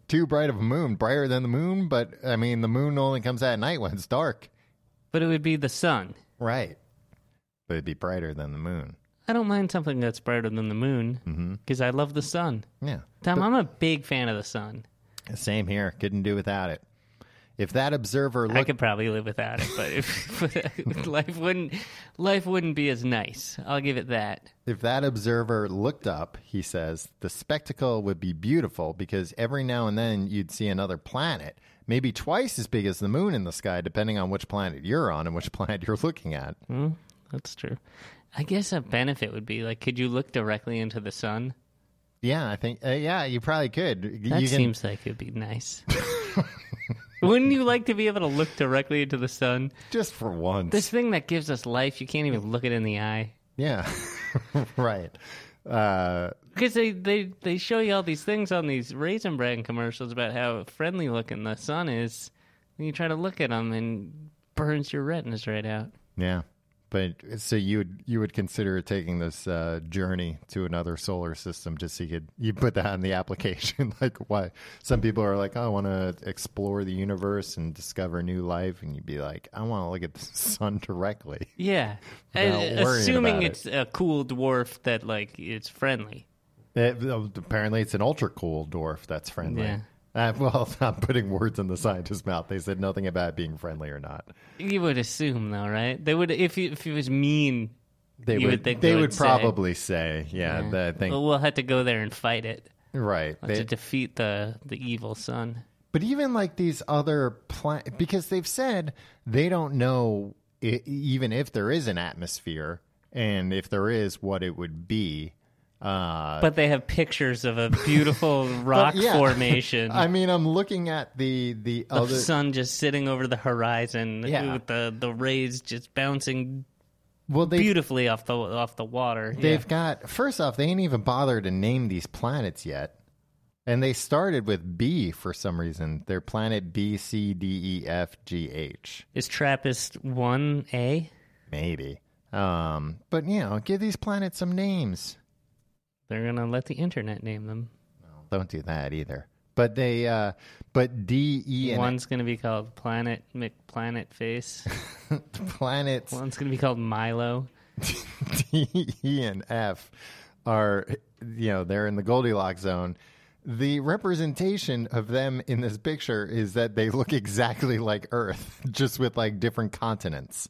[SPEAKER 3] Too bright of a moon, brighter than the moon, but I mean, the moon only comes out at night when it's dark.
[SPEAKER 2] but it would be the sun.
[SPEAKER 3] Right. But it'd be brighter than the moon.
[SPEAKER 2] I don't mind something that's brighter than the
[SPEAKER 3] Mm-hmm.
[SPEAKER 2] moon because I love the sun.
[SPEAKER 3] Yeah.
[SPEAKER 2] Tom, I'm a big fan of the sun.
[SPEAKER 3] Same here. Couldn't do without it. If that observer
[SPEAKER 2] I
[SPEAKER 3] looked
[SPEAKER 2] could probably live without it, but if, (laughs) life wouldn't life wouldn't be as nice. I'll give it that.
[SPEAKER 3] If that observer looked up, he says, the spectacle would be beautiful because every now and then you'd see another planet, maybe twice as big as the moon in the sky, depending on which planet you're on and which (laughs) planet you're looking at.
[SPEAKER 2] Mm. That's true. I guess a benefit would be like, could you look directly into the sun?
[SPEAKER 3] Yeah, I think, uh, yeah, you probably could.
[SPEAKER 2] That
[SPEAKER 3] you can,
[SPEAKER 2] seems like it'd be nice. (laughs) Wouldn't you like to be able to look directly into the sun?
[SPEAKER 3] just for once.
[SPEAKER 2] This thing that gives us life, you can't even look it in the eye.
[SPEAKER 3] yeah, (laughs) right. Uh,
[SPEAKER 2] Because they, they, they show you all these things on these Raisin Bran commercials about how friendly looking the sun is. And you try to look at them and burns your retinas right out.
[SPEAKER 3] yeah. But so you would you would consider taking this uh, journey to another solar system just so you could you put that in the (laughs) application like why some people are like "Oh, I want to explore the universe and discover new life and you'd be like I want to look at the (laughs) sun directly
[SPEAKER 2] Yeah. And
[SPEAKER 3] Without worrying
[SPEAKER 2] assuming
[SPEAKER 3] about it.
[SPEAKER 2] it's a cool dwarf that, like, it's friendly.
[SPEAKER 3] It- apparently it's an ultra cool dwarf that's friendly
[SPEAKER 2] Yeah.
[SPEAKER 3] uh, well (laughs) I'm putting words in the scientist's mouth they said nothing about it being friendly or not
[SPEAKER 2] You would assume, though, right? They would, if, it- if it was mean,
[SPEAKER 3] they
[SPEAKER 2] You
[SPEAKER 3] would,
[SPEAKER 2] would think
[SPEAKER 3] they,
[SPEAKER 2] they
[SPEAKER 3] would,
[SPEAKER 2] would say.
[SPEAKER 3] probably say, yeah, that I think
[SPEAKER 2] well, we'll have to go there and fight it
[SPEAKER 3] right They-
[SPEAKER 2] to defeat the, the evil sun.
[SPEAKER 3] But even like these other planets, because they've said they don't know i even if there is an atmosphere, and if there is, what it would be. Uh,
[SPEAKER 2] But they have pictures of a
[SPEAKER 3] (laughs)
[SPEAKER 2] beautiful rock
[SPEAKER 3] yeah.
[SPEAKER 2] formation.
[SPEAKER 3] (laughs) I mean, I'm looking at the the
[SPEAKER 2] the
[SPEAKER 3] other.
[SPEAKER 2] sun just sitting over the horizon
[SPEAKER 3] Yeah.
[SPEAKER 2] with the, the rays just bouncing
[SPEAKER 3] Well, they
[SPEAKER 2] beautifully off the off the water.
[SPEAKER 3] they've got first off, they ain't even bothered to name these planets yet, and they started with B for some reason. Their planet B C D E F G H.
[SPEAKER 2] Is Trappist one A?
[SPEAKER 3] Maybe. Um, but you know, give these planets some names.
[SPEAKER 2] They're gonna let the internet name them.
[SPEAKER 3] Don't do that either. But they, uh, but D E and
[SPEAKER 2] One's gonna be called Planet McPlanet
[SPEAKER 3] (laughs)
[SPEAKER 2] Face.
[SPEAKER 3] planets
[SPEAKER 2] One's gonna be called Milo.
[SPEAKER 3] D E and F are, you know, they're in the Goldilocks zone. The representation of them in this picture is that they look (laughs) exactly like Earth, just with like different continents,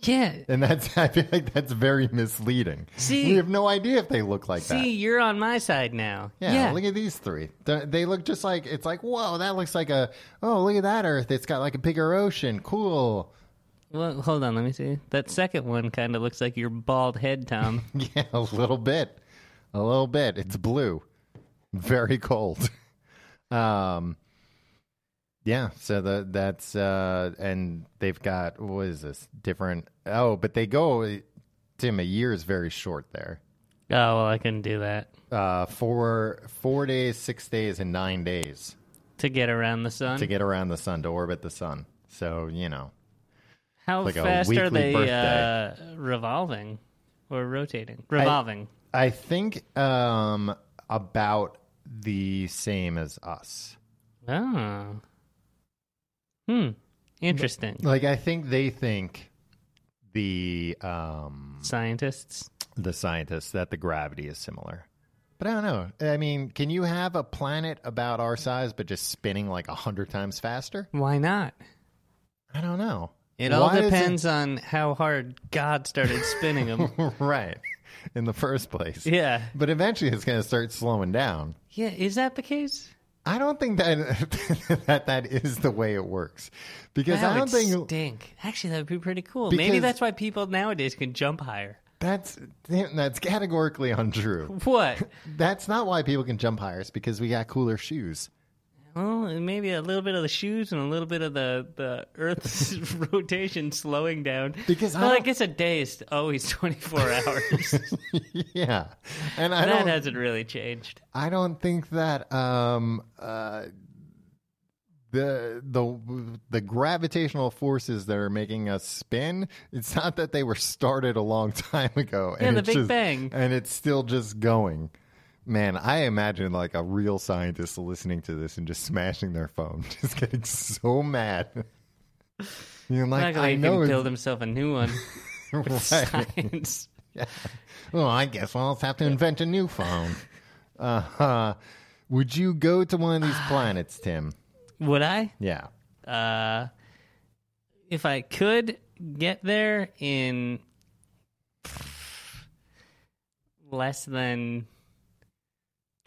[SPEAKER 2] Yeah.
[SPEAKER 3] and that's (laughs) I feel like that's very misleading.
[SPEAKER 2] See-
[SPEAKER 3] we have no idea if they look like
[SPEAKER 2] See,
[SPEAKER 3] that.
[SPEAKER 2] you're on my side now.
[SPEAKER 3] Yeah, look at these three. Th- They look just like it's like whoa, that looks like a oh look at that Earth. It's got like a bigger ocean. Cool. (laughs)
[SPEAKER 2] Well, hold on, let me see. That second one kind of looks like your bald head, Tom.
[SPEAKER 3] Yeah, a little bit. A little bit. It's blue. Very cold. (laughs) Um yeah, so the, that's uh and they've got what is this? Different Oh, but they go Tim a year is very short there.
[SPEAKER 2] oh well, I couldn't do that.
[SPEAKER 3] Uh 4 4 days, 6 days and 9 days
[SPEAKER 2] To get around the sun.
[SPEAKER 3] to get around the sun to orbit the sun. So, you know.
[SPEAKER 2] How
[SPEAKER 3] Like a
[SPEAKER 2] fast
[SPEAKER 3] weekly
[SPEAKER 2] are they
[SPEAKER 3] birthday.
[SPEAKER 2] uh, revolving or rotating? Revolving.
[SPEAKER 3] I think um about the same as us.
[SPEAKER 2] oh. Hmm. Interesting.
[SPEAKER 3] Like I think they think the um
[SPEAKER 2] Scientists.
[SPEAKER 3] the scientists that the gravity is similar. But I don't know. I mean, can you have a planet about our size but just spinning like a hundred times faster?
[SPEAKER 2] Why not?
[SPEAKER 3] I don't know.
[SPEAKER 2] It all
[SPEAKER 3] Why is
[SPEAKER 2] depends on how hard God started spinning them.
[SPEAKER 3] (laughs) right. In the first place.
[SPEAKER 2] yeah.
[SPEAKER 3] But eventually it's gonna start slowing down.
[SPEAKER 2] Yeah. Is that the case?
[SPEAKER 3] I don't think that (laughs) that, that is the way it works. Because
[SPEAKER 2] That
[SPEAKER 3] I
[SPEAKER 2] would
[SPEAKER 3] don't think
[SPEAKER 2] stink. Actually, that would be pretty cool. Maybe
[SPEAKER 3] Because-
[SPEAKER 2] that's why people nowadays can jump higher.
[SPEAKER 3] that's that's categorically untrue.
[SPEAKER 2] What?
[SPEAKER 3] (laughs) That's not why people can jump higher. It's because we got cooler shoes. (laughs)
[SPEAKER 2] Well, and maybe a little bit of the shoes and a little bit of the, the Earth's (laughs) rotation slowing down.
[SPEAKER 3] Because I
[SPEAKER 2] well, I,
[SPEAKER 3] don't-
[SPEAKER 2] guess a day is always (laughs)
[SPEAKER 3] (laughs)
[SPEAKER 2] 24 hours.
[SPEAKER 3] yeah, and I
[SPEAKER 2] that
[SPEAKER 3] don't.
[SPEAKER 2] hasn't really changed.
[SPEAKER 3] I don't think that um, uh, the the the gravitational forces that are making us spin. It's not that they were started a long (laughs) time ago.
[SPEAKER 2] Yeah, the
[SPEAKER 3] it's
[SPEAKER 2] Big
[SPEAKER 3] just-
[SPEAKER 2] Bang.
[SPEAKER 3] and it's still just going. Man, I imagine like a real scientist listening to this and just smashing their phone, (laughs) just getting so mad. (laughs) You're like,
[SPEAKER 2] Luckily,
[SPEAKER 3] I
[SPEAKER 2] he
[SPEAKER 3] know.
[SPEAKER 2] can build
[SPEAKER 3] it's-
[SPEAKER 2] himself a new one with
[SPEAKER 3] (laughs) Right.
[SPEAKER 2] science.
[SPEAKER 3] Well, I guess I'll have to invent a new phone. Uh, would you go to one
[SPEAKER 2] (sighs)
[SPEAKER 3] of these planets, Tim?
[SPEAKER 2] Would I?
[SPEAKER 3] Yeah.
[SPEAKER 2] Uh, if I could get there in less than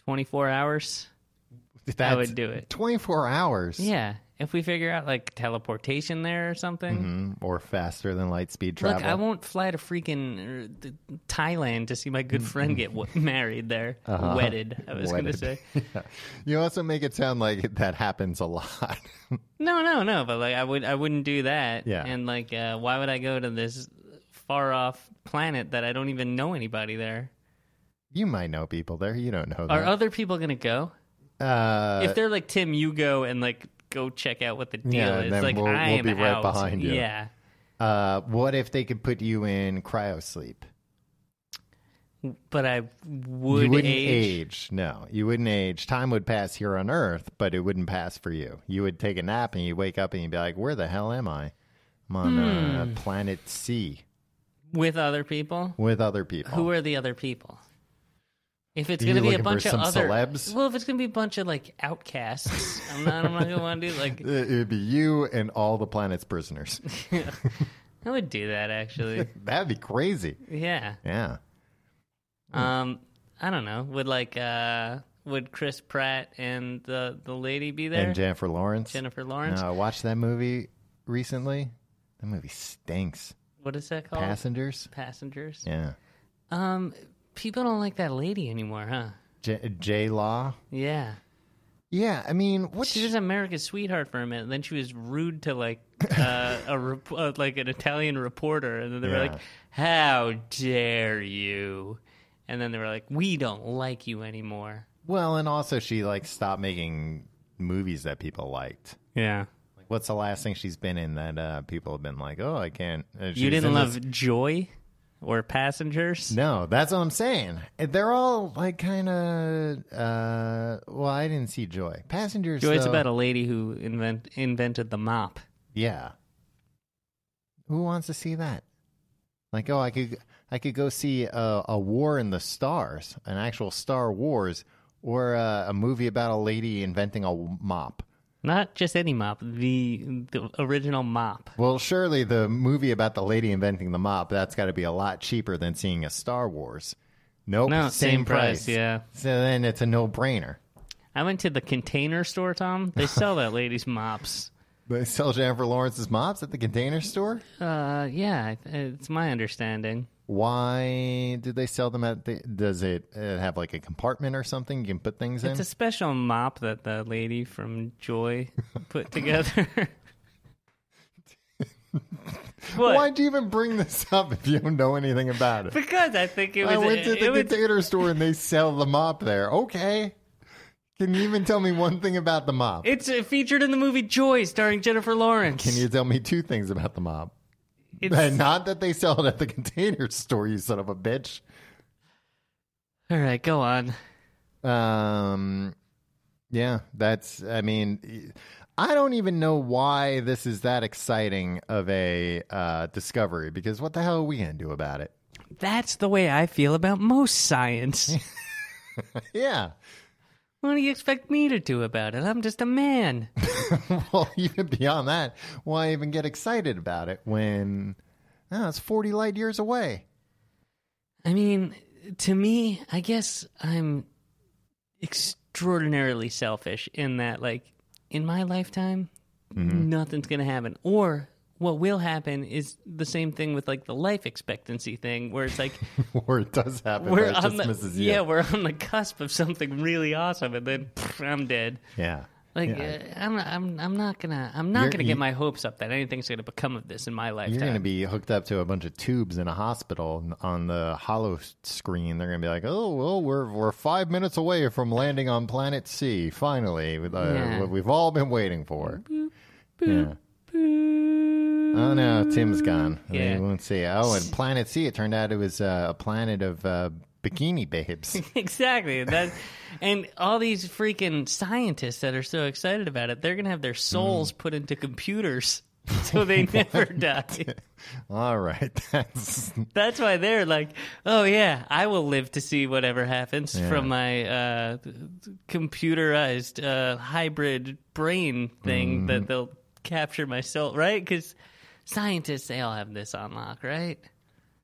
[SPEAKER 2] 24 hours,
[SPEAKER 3] That's
[SPEAKER 2] would do it.
[SPEAKER 3] 24 hours.
[SPEAKER 2] yeah. If we figure out like teleportation there or something.
[SPEAKER 3] Mm, or faster than light speed travel.
[SPEAKER 2] Look, I won't fly to freaking uh, th- Thailand to see my good friend get w- (laughs) married there, wedded. I was going to
[SPEAKER 3] Mm, Uh-huh. Wedded.
[SPEAKER 2] say.
[SPEAKER 3] You also make it sound like (laughs) that happens a lot. (laughs)
[SPEAKER 2] No, no, no. But like, I would, I wouldn't do that.
[SPEAKER 3] Yeah.
[SPEAKER 2] And like, uh, why would I go to this far off planet that I don't even know anybody there?
[SPEAKER 3] you might know people there. You don't know
[SPEAKER 2] Are
[SPEAKER 3] that.
[SPEAKER 2] other people gonna go?
[SPEAKER 3] uh,
[SPEAKER 2] if they're like Tim, you go and like go check out what the deal
[SPEAKER 3] Yeah,
[SPEAKER 2] is.
[SPEAKER 3] then
[SPEAKER 2] like,
[SPEAKER 3] we'll-
[SPEAKER 2] I
[SPEAKER 3] we'll
[SPEAKER 2] am
[SPEAKER 3] be right
[SPEAKER 2] out.
[SPEAKER 3] behind you.
[SPEAKER 2] Yeah.
[SPEAKER 3] uh, what if they could put you in cryo sleep?
[SPEAKER 2] But I would
[SPEAKER 3] you wouldn't
[SPEAKER 2] age.
[SPEAKER 3] No, you wouldn't age. Time would pass here on Earth, but it wouldn't pass for you. You would take a nap and you wake up and you'd be like, "Where the hell am I? I'm on
[SPEAKER 2] Hmm.
[SPEAKER 3] uh, planet C
[SPEAKER 2] with other people.
[SPEAKER 3] with other people."
[SPEAKER 2] Who are the other people? If it's
[SPEAKER 3] Oh. You
[SPEAKER 2] going to be a
[SPEAKER 3] looking for
[SPEAKER 2] bunch of
[SPEAKER 3] some
[SPEAKER 2] other
[SPEAKER 3] celebs?
[SPEAKER 2] well, if it's going to be a bunch of like outcasts, I'm not. I'm not going to want to do
[SPEAKER 3] (laughs)
[SPEAKER 2] like.
[SPEAKER 3] (laughs) It would be you and all the planet's prisoners. (laughs)
[SPEAKER 2] I would do that actually.
[SPEAKER 3] That'd be crazy.
[SPEAKER 2] Yeah.
[SPEAKER 3] Yeah.
[SPEAKER 2] Um. I don't know. Would like uh would Chris Pratt and the the lady be there?
[SPEAKER 3] And Jennifer Lawrence.
[SPEAKER 2] Jennifer
[SPEAKER 3] No,
[SPEAKER 2] Lawrence.
[SPEAKER 3] I watched that movie recently. That movie stinks.
[SPEAKER 2] What is that called?
[SPEAKER 3] Passengers.
[SPEAKER 2] Passengers.
[SPEAKER 3] Yeah.
[SPEAKER 2] Um. People don't like that lady anymore, huh?
[SPEAKER 3] J-, J Law.
[SPEAKER 2] Yeah.
[SPEAKER 3] Yeah. I mean, what?
[SPEAKER 2] She was America's sweetheart for a minute. and Then she was rude to
[SPEAKER 3] (laughs)
[SPEAKER 2] like uh, a rep- uh, like an Italian reporter, and then they were
[SPEAKER 3] Yeah.
[SPEAKER 2] like, "How dare you!" And then they were like, "We don't like you anymore."
[SPEAKER 3] Well, and also she like stopped making movies that people liked.
[SPEAKER 2] Yeah,
[SPEAKER 3] Like, what's the last thing she's been in that uh, people have been like, "Oh, I can't." uh, she's
[SPEAKER 2] you didn't
[SPEAKER 3] in
[SPEAKER 2] love
[SPEAKER 3] this-
[SPEAKER 2] Joy or Passengers.
[SPEAKER 3] No, that's what I'm saying. They're all like kind of. Uh, well, I didn't see Joy. Passengers.
[SPEAKER 2] Joy's
[SPEAKER 3] though-
[SPEAKER 2] about a lady who invent invented the mop.
[SPEAKER 3] Yeah. Who wants to see that? Like, oh, I could I could go see a, a war in the stars, an actual Star Wars, or uh, a, a movie about a lady inventing a mop.
[SPEAKER 2] Not just any mop, the, the original mop.
[SPEAKER 3] Well, surely the movie about the lady inventing the mop that's got to be a lot cheaper than seeing a Star Wars. Nope,
[SPEAKER 2] No,
[SPEAKER 3] same,
[SPEAKER 2] same price, yeah.
[SPEAKER 3] So then it's a no brainer.
[SPEAKER 2] I went to the container store, Tom. They sell that lady's
[SPEAKER 3] (laughs)
[SPEAKER 2] mops.
[SPEAKER 3] They sell Jennifer Lawrence's mops at the Container Store.
[SPEAKER 2] Uh, yeah, I- it's my understanding.
[SPEAKER 3] Why did they sell them at? The, does it uh, have like a compartment or something you can put things in?
[SPEAKER 2] It's a special mop that the lady from Joy put
[SPEAKER 3] (laughs)
[SPEAKER 2] together. what?
[SPEAKER 3] Why'd you even bring this (laughs) up if you don't know anything about it?
[SPEAKER 2] Because I think (laughs) it was.
[SPEAKER 3] I went to
[SPEAKER 2] it
[SPEAKER 3] the
[SPEAKER 2] was-
[SPEAKER 3] container store and they sell the mop there. Okay. Can you even tell me one thing about the mop?
[SPEAKER 2] it's uh, featured in the movie Joy, starring Jennifer Lawrence.
[SPEAKER 3] Can you tell me two things about the mop?
[SPEAKER 2] It's-
[SPEAKER 3] And (laughs) not that they sell it at the container store, you son of a bitch.
[SPEAKER 2] all right, go on.
[SPEAKER 3] Um, yeah, that's. I mean, I don't even know why this is that exciting of a uh, discovery because what the hell are we gonna do about it? (laughs)
[SPEAKER 2] That's the way I feel about most
[SPEAKER 3] (laughs)
[SPEAKER 2] science.
[SPEAKER 3] Yeah, (laughs)
[SPEAKER 2] what do you expect me to do about it? I'm just a man.
[SPEAKER 3] well, even beyond that, why even get excited about it when oh, it's forty light years away? (laughs)
[SPEAKER 2] I mean, to me, I guess I'm extraordinarily selfish in that, like, in my lifetime,
[SPEAKER 3] Mm-hmm.
[SPEAKER 2] nothing's going to happen. Or what will happen is the same thing with, like, the life expectancy thing, where
[SPEAKER 3] (laughs)
[SPEAKER 2] it's like,
[SPEAKER 3] or it does happen. We're
[SPEAKER 2] we're
[SPEAKER 3] it just
[SPEAKER 2] on the,
[SPEAKER 3] misses you.
[SPEAKER 2] yeah, we're on the cusp of something really awesome, and then pff, I'm dead.
[SPEAKER 3] yeah.
[SPEAKER 2] Like
[SPEAKER 3] Yeah.
[SPEAKER 2] uh, I'm, I'm, I'm not gonna, I'm not
[SPEAKER 3] You're-
[SPEAKER 2] gonna get
[SPEAKER 3] you-
[SPEAKER 2] my hopes up that anything's gonna become of this in my lifetime.
[SPEAKER 3] You're going to be hooked up to a bunch of tubes in a hospital and on the hollow screen. They're going to be like, "Oh, well, we're we're five minutes away from landing on planet C. Finally, with, uh,
[SPEAKER 2] Yeah.
[SPEAKER 3] what we've all been waiting for." Yeah. Oh no, Tim's gone.
[SPEAKER 2] Yeah.
[SPEAKER 3] We won't see. Oh, and Planet C. It turned out it was uh, a planet of uh,
[SPEAKER 2] (laughs)
[SPEAKER 3] bikini babes.
[SPEAKER 2] exactly. That, and all these freaking scientists that are so excited about it, they're gonna have their souls
[SPEAKER 3] Mm.
[SPEAKER 2] put into computers (laughs)
[SPEAKER 3] (laughs)
[SPEAKER 2] so they never die.
[SPEAKER 3] all right, that's
[SPEAKER 2] That's why they're like, oh yeah, I will live to see whatever happens from my uh, computerized uh, hybrid brain thing
[SPEAKER 3] Mm.
[SPEAKER 2] that they'll capture my soul, right? Because scientists, they all have this on lock, right?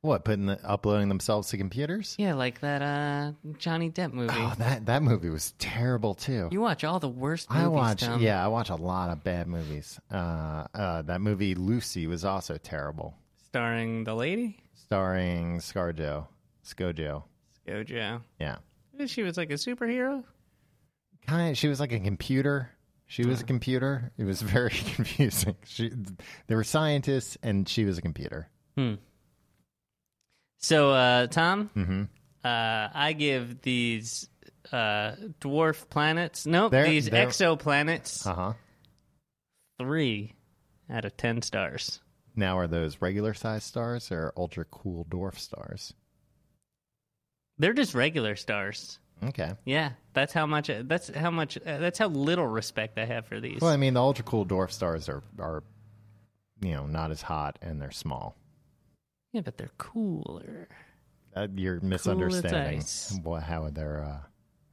[SPEAKER 3] what putting the, uploading themselves to computers.
[SPEAKER 2] Yeah, like that uh, Johnny Depp movie.
[SPEAKER 3] Oh, that that movie was terrible too.
[SPEAKER 2] you watch all the worst movies.
[SPEAKER 3] I watch,
[SPEAKER 2] Tom.
[SPEAKER 3] yeah, I watch a lot of bad movies. Uh, uh, that movie Lucy was also terrible,
[SPEAKER 2] starring the lady
[SPEAKER 3] starring ScarJo, ScoJo.
[SPEAKER 2] Gojo.
[SPEAKER 3] Yeah,
[SPEAKER 2] She was like a superhero.
[SPEAKER 3] kind of. She was like a computer. She was a computer. It was (laughs) very confusing. She, there were scientists, and she was a computer.
[SPEAKER 2] So, uh, Tom,
[SPEAKER 3] Mm-hmm.
[SPEAKER 2] uh, I give these uh, dwarf planets, nope,
[SPEAKER 3] They're-
[SPEAKER 2] these
[SPEAKER 3] they're-
[SPEAKER 2] exoplanets,
[SPEAKER 3] Uh huh.
[SPEAKER 2] three out of ten stars.
[SPEAKER 3] Now, are those regular sized stars or ultra cool dwarf stars?
[SPEAKER 2] They're just regular stars.
[SPEAKER 3] Okay.
[SPEAKER 2] Yeah, that's how much. That's how much. Uh, that's how little respect I have for these.
[SPEAKER 3] Well, I mean, the ultra cool dwarf stars are are you know not as hot, and they're small.
[SPEAKER 2] Yeah, but they're cooler.
[SPEAKER 3] Uh, you're misunderstanding (laughs)
[SPEAKER 2] ice.
[SPEAKER 3] what, how they're uh,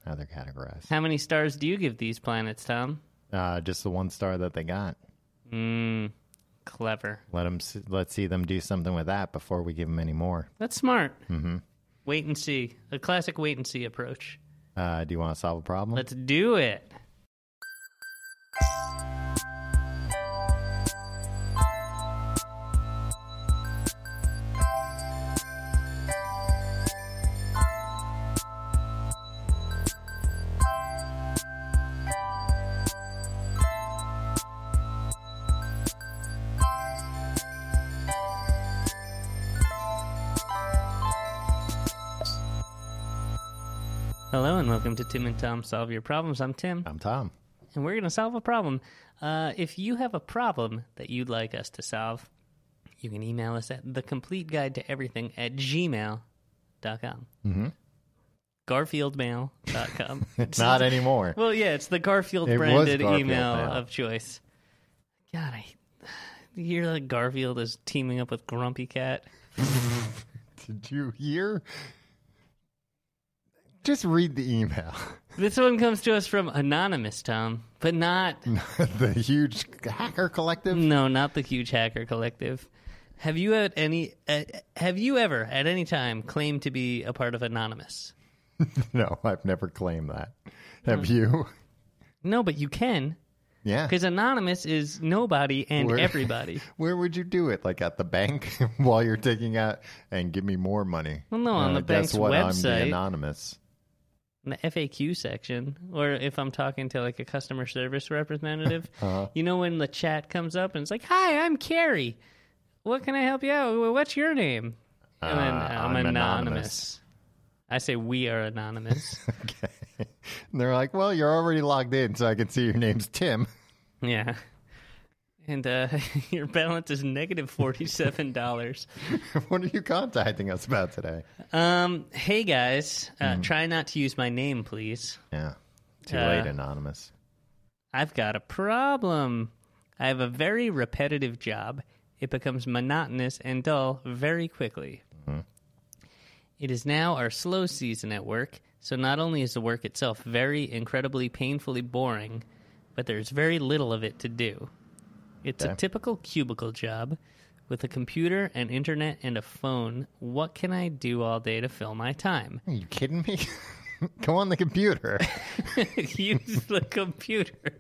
[SPEAKER 3] how they're categorized.
[SPEAKER 2] How many stars do you give these planets, Tom?
[SPEAKER 3] Uh, just the one star that they got.
[SPEAKER 2] Mmm, clever.
[SPEAKER 3] Let them let's see them do something with that before we give them any more.
[SPEAKER 2] That's smart. Mm-hmm. Wait and see. A classic wait and see approach.
[SPEAKER 3] Uh, do you want to solve a problem?
[SPEAKER 2] Let's do it. Hello and welcome to Tim and Tom Solve Your Problems. I'm Tim,
[SPEAKER 3] I'm Tom.
[SPEAKER 2] and we're going to solve a problem. Uh, if you have a problem that you'd like us to solve, you can email us at the complete guide to everything at gmail.com. Mm-hmm.
[SPEAKER 3] (laughs)
[SPEAKER 2] Garfieldmail.com.
[SPEAKER 3] Not anymore.
[SPEAKER 2] well, yeah, it's the Garfield
[SPEAKER 3] It was
[SPEAKER 2] branded
[SPEAKER 3] Garfield
[SPEAKER 2] email
[SPEAKER 3] Mail.
[SPEAKER 2] of choice. God, I you hear that Garfield is teaming up with Grumpy Cat.
[SPEAKER 3] Did you hear? Just read the email. (laughs)
[SPEAKER 2] This one comes to us from Anonymous, Tom, but not
[SPEAKER 3] the huge hacker collective.
[SPEAKER 2] No, not the huge hacker collective. Have you at any? Uh, have you ever at any time claimed to be a part of Anonymous?
[SPEAKER 3] No, I've never claimed that. Have you?
[SPEAKER 2] No, but you can
[SPEAKER 3] Yeah.
[SPEAKER 2] because Anonymous is nobody and
[SPEAKER 3] Where- (laughs)
[SPEAKER 2] everybody.
[SPEAKER 3] Where would you do it? Like at the bank (laughs) while you're taking out and give me more money? Uh,
[SPEAKER 2] Well, no, on the
[SPEAKER 3] guess
[SPEAKER 2] bank's
[SPEAKER 3] what? I'm
[SPEAKER 2] website.
[SPEAKER 3] the anonymous. (laughs)
[SPEAKER 2] In the FAQ section, or if I'm talking to like a customer service representative,
[SPEAKER 3] (laughs) Uh-huh.
[SPEAKER 2] you know when the chat comes up and it's like, "Hi, I'm Carrie. What can I help you out? with? What's your name?" And then
[SPEAKER 3] Uh,
[SPEAKER 2] I'm,
[SPEAKER 3] I'm
[SPEAKER 2] anonymous.
[SPEAKER 3] anonymous.
[SPEAKER 2] I say we are anonymous.
[SPEAKER 3] Okay. And they're like, well, you're already logged in, so I can see your name's Tim. (laughs)
[SPEAKER 2] Yeah. And uh, (laughs) your balance is negative forty-seven dollars.
[SPEAKER 3] what are you contacting us about today?
[SPEAKER 2] Um, hey guys, uh, try not to use my name, please.
[SPEAKER 3] Yeah. Too
[SPEAKER 2] Uh,
[SPEAKER 3] late, anonymous.
[SPEAKER 2] I've got a problem. I have a very repetitive job. It becomes monotonous and dull very quickly. It is now our slow season at work, so not only is the work itself very incredibly painfully boring, but there's very little of it to do. It's a
[SPEAKER 3] Okay.
[SPEAKER 2] typical cubicle job with a computer, an internet, and a phone. What can I do all day to fill my time? (laughs)
[SPEAKER 3] Are you kidding me? (laughs) Go on the computer. (laughs)
[SPEAKER 2] use the computer.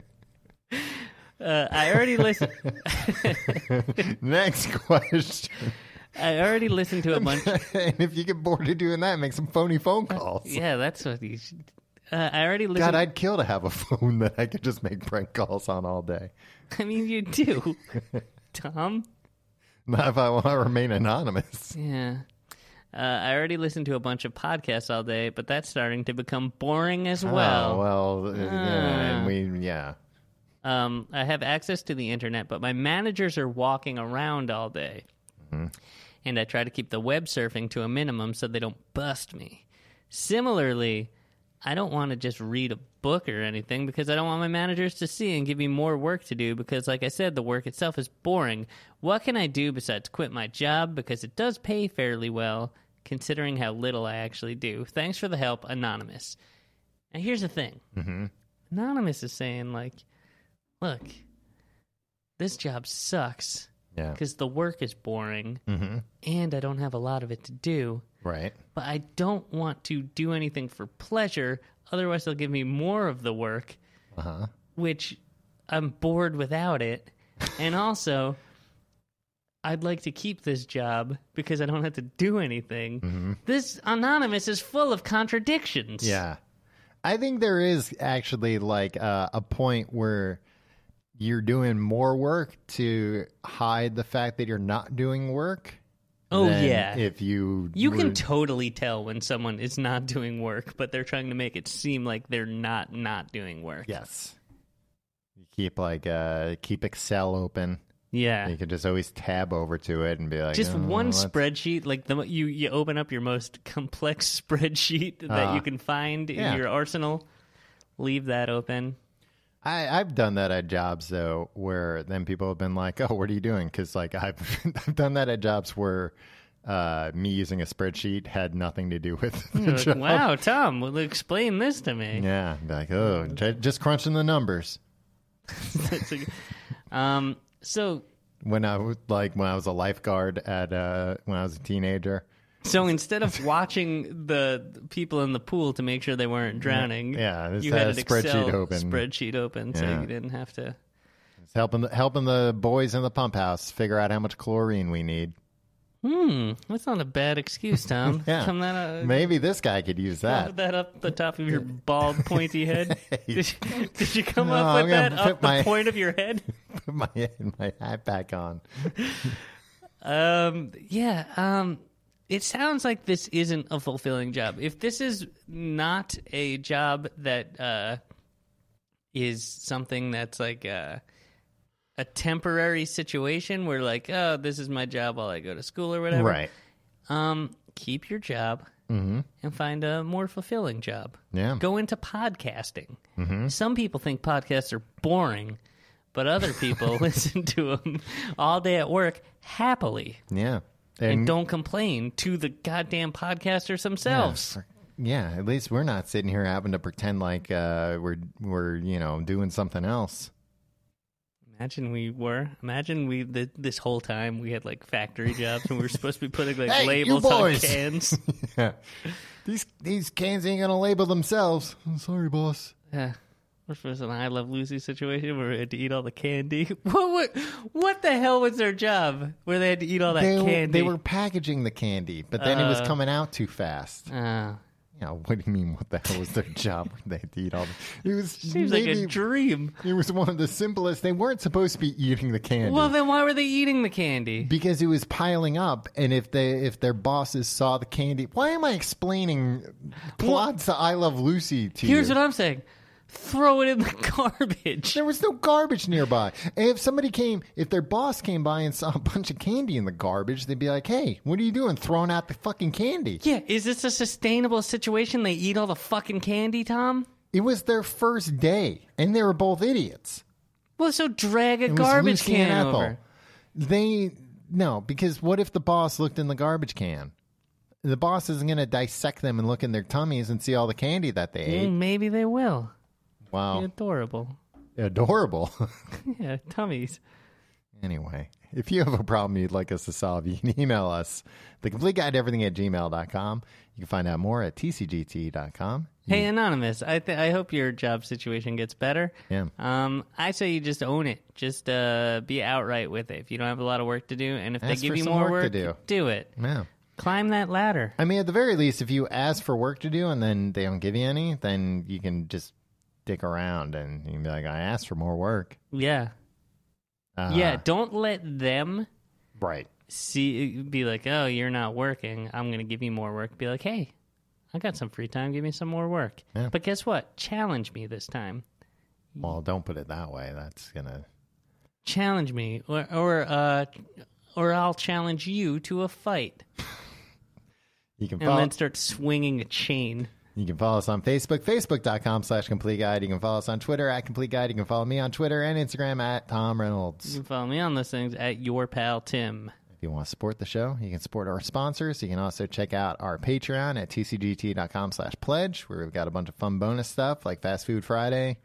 [SPEAKER 2] Uh, I already listened.
[SPEAKER 3] Next question. (laughs)
[SPEAKER 2] I already listened to a bunch. Uh,
[SPEAKER 3] and if you get bored of doing that, make some phony phone calls.
[SPEAKER 2] Yeah, that's what you. Should, Uh, I already listened.
[SPEAKER 3] God, I'd kill to have a (laughs) phone that I could just make prank calls on all day.
[SPEAKER 2] I mean, you
[SPEAKER 3] (laughs)
[SPEAKER 2] do, Tom.
[SPEAKER 3] Not if I want to remain anonymous.
[SPEAKER 2] Yeah. Uh, I already listened to a bunch of podcasts all day, but that's starting to become boring as well. Ah.
[SPEAKER 3] oh, well, uh, yeah, and we, yeah.
[SPEAKER 2] Um, I have access to the internet, but my managers are walking around all day. And I try to keep the web surfing to a minimum so they don't bust me. Similarly, I don't want to just read a book or anything because I don't want my managers to see and give me more work to do because, like I said, the work itself is boring. What can I do besides quit my job because it does pay fairly well considering how little I actually do? Thanks for the help, Anonymous. Now, here's the thing Anonymous is saying, like, look, this job sucks
[SPEAKER 3] Yeah. Mm-hmm.
[SPEAKER 2] because the work is boring and I don't have a lot of it to do,
[SPEAKER 3] Right.
[SPEAKER 2] but I don't want to do anything for pleasure. Otherwise, they'll give me more of the work,
[SPEAKER 3] Uh-huh.
[SPEAKER 2] which I'm bored without
[SPEAKER 3] (laughs)
[SPEAKER 2] it. and also, I'd like to keep this job because I don't have to do anything. This Anonymous is full of contradictions.
[SPEAKER 3] Mm-hmm. Yeah. I think there is actually like uh, a point where you're doing more work to hide the fact that you're not doing work.
[SPEAKER 2] Oh,
[SPEAKER 3] than
[SPEAKER 2] yeah.
[SPEAKER 3] If you
[SPEAKER 2] You can
[SPEAKER 3] were-
[SPEAKER 2] totally tell when someone is not doing work, but they're trying to make it seem like they're not not doing work.
[SPEAKER 3] yes. You keep like uh keep Excel open.
[SPEAKER 2] Yeah.
[SPEAKER 3] You can just always tab over to it and be like "Oh,
[SPEAKER 2] Just
[SPEAKER 3] one
[SPEAKER 2] one spreadsheet, like the mo- you you open up your most (laughs) complex spreadsheet that you can find
[SPEAKER 3] Uh, yeah.
[SPEAKER 2] in your arsenal. Leave that
[SPEAKER 3] (laughs)
[SPEAKER 2] open.
[SPEAKER 3] I, I've done that at jobs though, where then people have been like, "Oh, what are you doing?" Because like I've (laughs) I've done that at jobs where uh, me using a spreadsheet had nothing to do with (laughs) the
[SPEAKER 2] You're like,
[SPEAKER 3] job.
[SPEAKER 2] wow, Tom, well, explain this to me.
[SPEAKER 3] Yeah, be like oh, j- just crunching the numbers.
[SPEAKER 2] (laughs) It's like- um, so
[SPEAKER 3] When I was like when I was a lifeguard at uh, when I was a teenager.
[SPEAKER 2] so instead of watching the people in the pool to make sure they weren't drowning,
[SPEAKER 3] Yeah, I just
[SPEAKER 2] you
[SPEAKER 3] had
[SPEAKER 2] had,
[SPEAKER 3] a
[SPEAKER 2] an
[SPEAKER 3] spreadsheet
[SPEAKER 2] Excel
[SPEAKER 3] open.
[SPEAKER 2] spreadsheet open, so
[SPEAKER 3] Yeah.
[SPEAKER 2] you didn't have to.
[SPEAKER 3] It's helping the, helping the boys in the pump house figure out how much chlorine we need.
[SPEAKER 2] Hmm, that's not a bad excuse, Tom.
[SPEAKER 3] (laughs) Yeah.
[SPEAKER 2] Come that uh,
[SPEAKER 3] Maybe this guy could use that. (laughs)
[SPEAKER 2] Put that up the top of your bald, pointy head. Did, you- did you come
[SPEAKER 3] No,
[SPEAKER 2] up
[SPEAKER 3] I'm
[SPEAKER 2] with
[SPEAKER 3] gonna
[SPEAKER 2] that
[SPEAKER 3] put
[SPEAKER 2] up
[SPEAKER 3] my-
[SPEAKER 2] the point of your head?
[SPEAKER 3] Put my my hat back on.
[SPEAKER 2] Um, yeah. Um, it sounds like this isn't a fulfilling job. If this is not a job that uh, is something that's like a, a temporary situation where, like, oh, this is my job while I go to school or whatever.
[SPEAKER 3] Right.
[SPEAKER 2] Um, keep your job and find a more fulfilling job.
[SPEAKER 3] Mm-hmm. Yeah. Mm-hmm.
[SPEAKER 2] Go into podcasting. Some people think podcasts are boring, but other people (laughs) listen to them all day at work happily
[SPEAKER 3] Yeah.
[SPEAKER 2] and don't complain to the goddamn podcasters themselves.
[SPEAKER 3] Yeah, at least we're not sitting here having to pretend like uh, we're we're you know doing something else. (laughs)
[SPEAKER 2] Imagine we were. Imagine we th- this whole time we had like factory jobs and we were supposed to be putting like
[SPEAKER 3] (laughs) Hey, you
[SPEAKER 2] labels on
[SPEAKER 3] boys.
[SPEAKER 2] cans.
[SPEAKER 3] These these cans ain't gonna label themselves. I'm sorry, boss.
[SPEAKER 2] Yeah. (sighs) We're supposed to an I Love Lucy situation where we had to eat all the candy. (laughs) What, what, what the hell was their job where they had to eat all that
[SPEAKER 3] They,
[SPEAKER 2] candy? Uh.
[SPEAKER 3] they were packaging the candy, but then it was coming out too fast.
[SPEAKER 2] Oh,
[SPEAKER 3] Yeah, what do you mean? What the hell was their (laughs) job? Where they had to eat all? The, it
[SPEAKER 2] (sighs)
[SPEAKER 3] was
[SPEAKER 2] seems like
[SPEAKER 3] maybe-
[SPEAKER 2] a dream.
[SPEAKER 3] It was one of the simplest. They weren't supposed to be eating the candy.
[SPEAKER 2] Well, then why were they eating the candy?
[SPEAKER 3] because it was piling up and if they if their bosses saw the candy why am i explaining plots to i love lucy to
[SPEAKER 2] Here's
[SPEAKER 3] you
[SPEAKER 2] what I'm saying throw it in the (laughs) garbage.
[SPEAKER 3] there was no garbage nearby and if somebody came if their boss came by and saw a bunch of candy in the garbage they'd be like hey what are you doing throwing out the fucking candy
[SPEAKER 2] Yeah, is this a sustainable situation? They eat all the fucking candy, Tom?
[SPEAKER 3] it was their first day and they were both idiots
[SPEAKER 2] Well, so drag a
[SPEAKER 3] it was
[SPEAKER 2] garbage
[SPEAKER 3] lucy and
[SPEAKER 2] can
[SPEAKER 3] Ethel.
[SPEAKER 2] over.
[SPEAKER 3] they no because what if the boss looked in the garbage can the boss isn't going to dissect them and look in their tummies and see all the candy that they ate.
[SPEAKER 2] Mm, Maybe they will.
[SPEAKER 3] Wow.
[SPEAKER 2] Adorable.
[SPEAKER 3] adorable. (laughs)
[SPEAKER 2] Yeah, tummies.
[SPEAKER 3] anyway, if you have a problem you'd like us to solve, you can email us, the complete guide to everything at gmail.com. You can find out more at tcgt.com.
[SPEAKER 2] Hey, anonymous. I th- I hope your job situation gets better.
[SPEAKER 3] Yeah.
[SPEAKER 2] Um, I say you just own it. Just uh, be outright with it. If you don't have a lot of work to do, and if
[SPEAKER 3] Ask
[SPEAKER 2] they
[SPEAKER 3] for
[SPEAKER 2] give you
[SPEAKER 3] some
[SPEAKER 2] more work,
[SPEAKER 3] work to do.
[SPEAKER 2] do it.
[SPEAKER 3] Yeah.
[SPEAKER 2] Climb that ladder.
[SPEAKER 3] I mean, at the very least, if you ask for work to do and then they don't give you any, then you can just dick around and you can be like, I asked for more work.
[SPEAKER 2] Yeah.
[SPEAKER 3] Uh,
[SPEAKER 2] yeah. Don't let them
[SPEAKER 3] Right.
[SPEAKER 2] see be like, oh, you're not working. I'm gonna give you more work. Be like, hey, I got some free time. Give me some more work.
[SPEAKER 3] Yeah.
[SPEAKER 2] But guess what? Challenge me this time.
[SPEAKER 3] Well, don't put it that way. That's going to.
[SPEAKER 2] Challenge me, or or uh, or I'll challenge you to a fight,
[SPEAKER 3] You can
[SPEAKER 2] and
[SPEAKER 3] follow,
[SPEAKER 2] then start swinging a chain.
[SPEAKER 3] you can follow us on Facebook, facebook.com slash complete guide. You can follow us on Twitter at complete guide. You can follow me on Twitter and Instagram at Tom Reynolds.
[SPEAKER 2] You can follow me on those things at your pal Tim. (laughs)
[SPEAKER 3] If you want to support the show, you can support our sponsors. You can also check out our Patreon at tcgt.com slash pledge, where we've got a bunch of fun bonus stuff like Fast Food Friday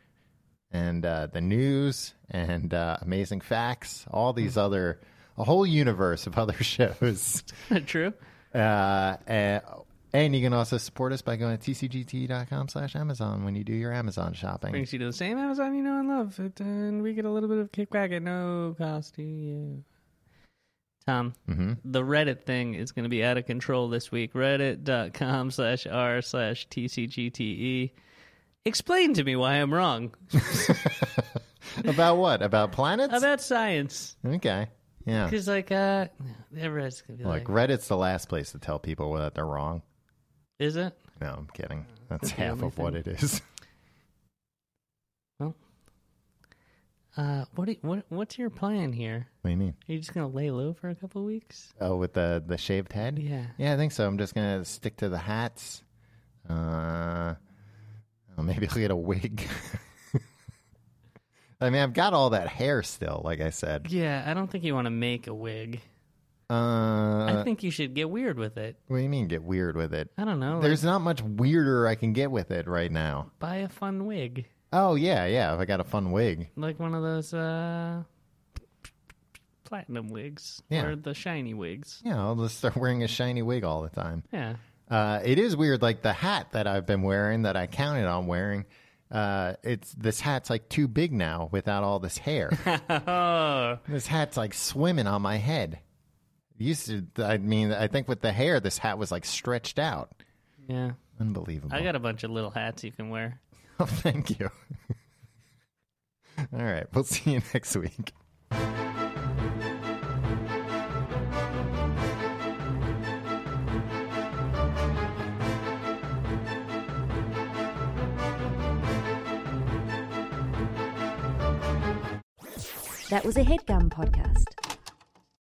[SPEAKER 3] and uh, the news and uh, amazing facts, all these other, a whole universe of (laughs) other shows.
[SPEAKER 2] True.
[SPEAKER 3] Uh, and, and you can also support us by going to tcgt.com slash Amazon when you do your Amazon shopping.
[SPEAKER 2] Brings you to the same Amazon you know and love, it- and we get a little bit of kickback at no cost to you. Tom, the Reddit thing is going to be out of control this week. Reddit.com slash r slash TCGTE. E. Explain to me why I'm wrong
[SPEAKER 3] About what? About (laughs) planets?
[SPEAKER 2] about science.
[SPEAKER 3] okay. Yeah.
[SPEAKER 2] Because, like, uh, everyone's going to be
[SPEAKER 3] Like
[SPEAKER 2] like,
[SPEAKER 3] Reddit's the last place to tell people that they're wrong.
[SPEAKER 2] is it?
[SPEAKER 3] No, I'm kidding. That's
[SPEAKER 2] the
[SPEAKER 3] half
[SPEAKER 2] only
[SPEAKER 3] of what it is. (laughs)
[SPEAKER 2] Uh, what, do you, what What's your plan here?
[SPEAKER 3] What do you mean?
[SPEAKER 2] Are you just going to lay low for a couple weeks?
[SPEAKER 3] Oh, with the the shaved head?
[SPEAKER 2] Yeah.
[SPEAKER 3] Yeah, I think so. I'm just gonna stick to the hats. Uh, oh, maybe I'll get a wig. (laughs) I mean, I've got all that hair still, like I said.
[SPEAKER 2] Yeah, I don't think you want to make a wig.
[SPEAKER 3] Uh,
[SPEAKER 2] I think you should get weird with it.
[SPEAKER 3] what do you mean, get weird with it?
[SPEAKER 2] I don't know. Oh, Like,
[SPEAKER 3] There's not much weirder I can get with it right now.
[SPEAKER 2] buy a fun wig,
[SPEAKER 3] Oh yeah, yeah. If I got a fun wig,
[SPEAKER 2] like one of those uh, platinum wigs
[SPEAKER 3] Yeah.
[SPEAKER 2] or the shiny wigs.
[SPEAKER 3] yeah, I'll just start wearing a shiny wig all the time. (laughs)
[SPEAKER 2] Yeah,
[SPEAKER 3] Uh, it is weird, like the hat that I've been wearing that I counted on wearing. Uh, it's this hat's like too big now without all
[SPEAKER 2] (laughs)
[SPEAKER 3] this hair. this hat's like swimming on my head. Used to, I mean, I think with the hair, this hat was like stretched out.
[SPEAKER 2] yeah.
[SPEAKER 3] Unbelievable.
[SPEAKER 2] I got a bunch of little hats you can wear.
[SPEAKER 3] oh, (laughs) thank you. (laughs) all right, we'll see you (laughs) next week.
[SPEAKER 1] That was a headgum podcast.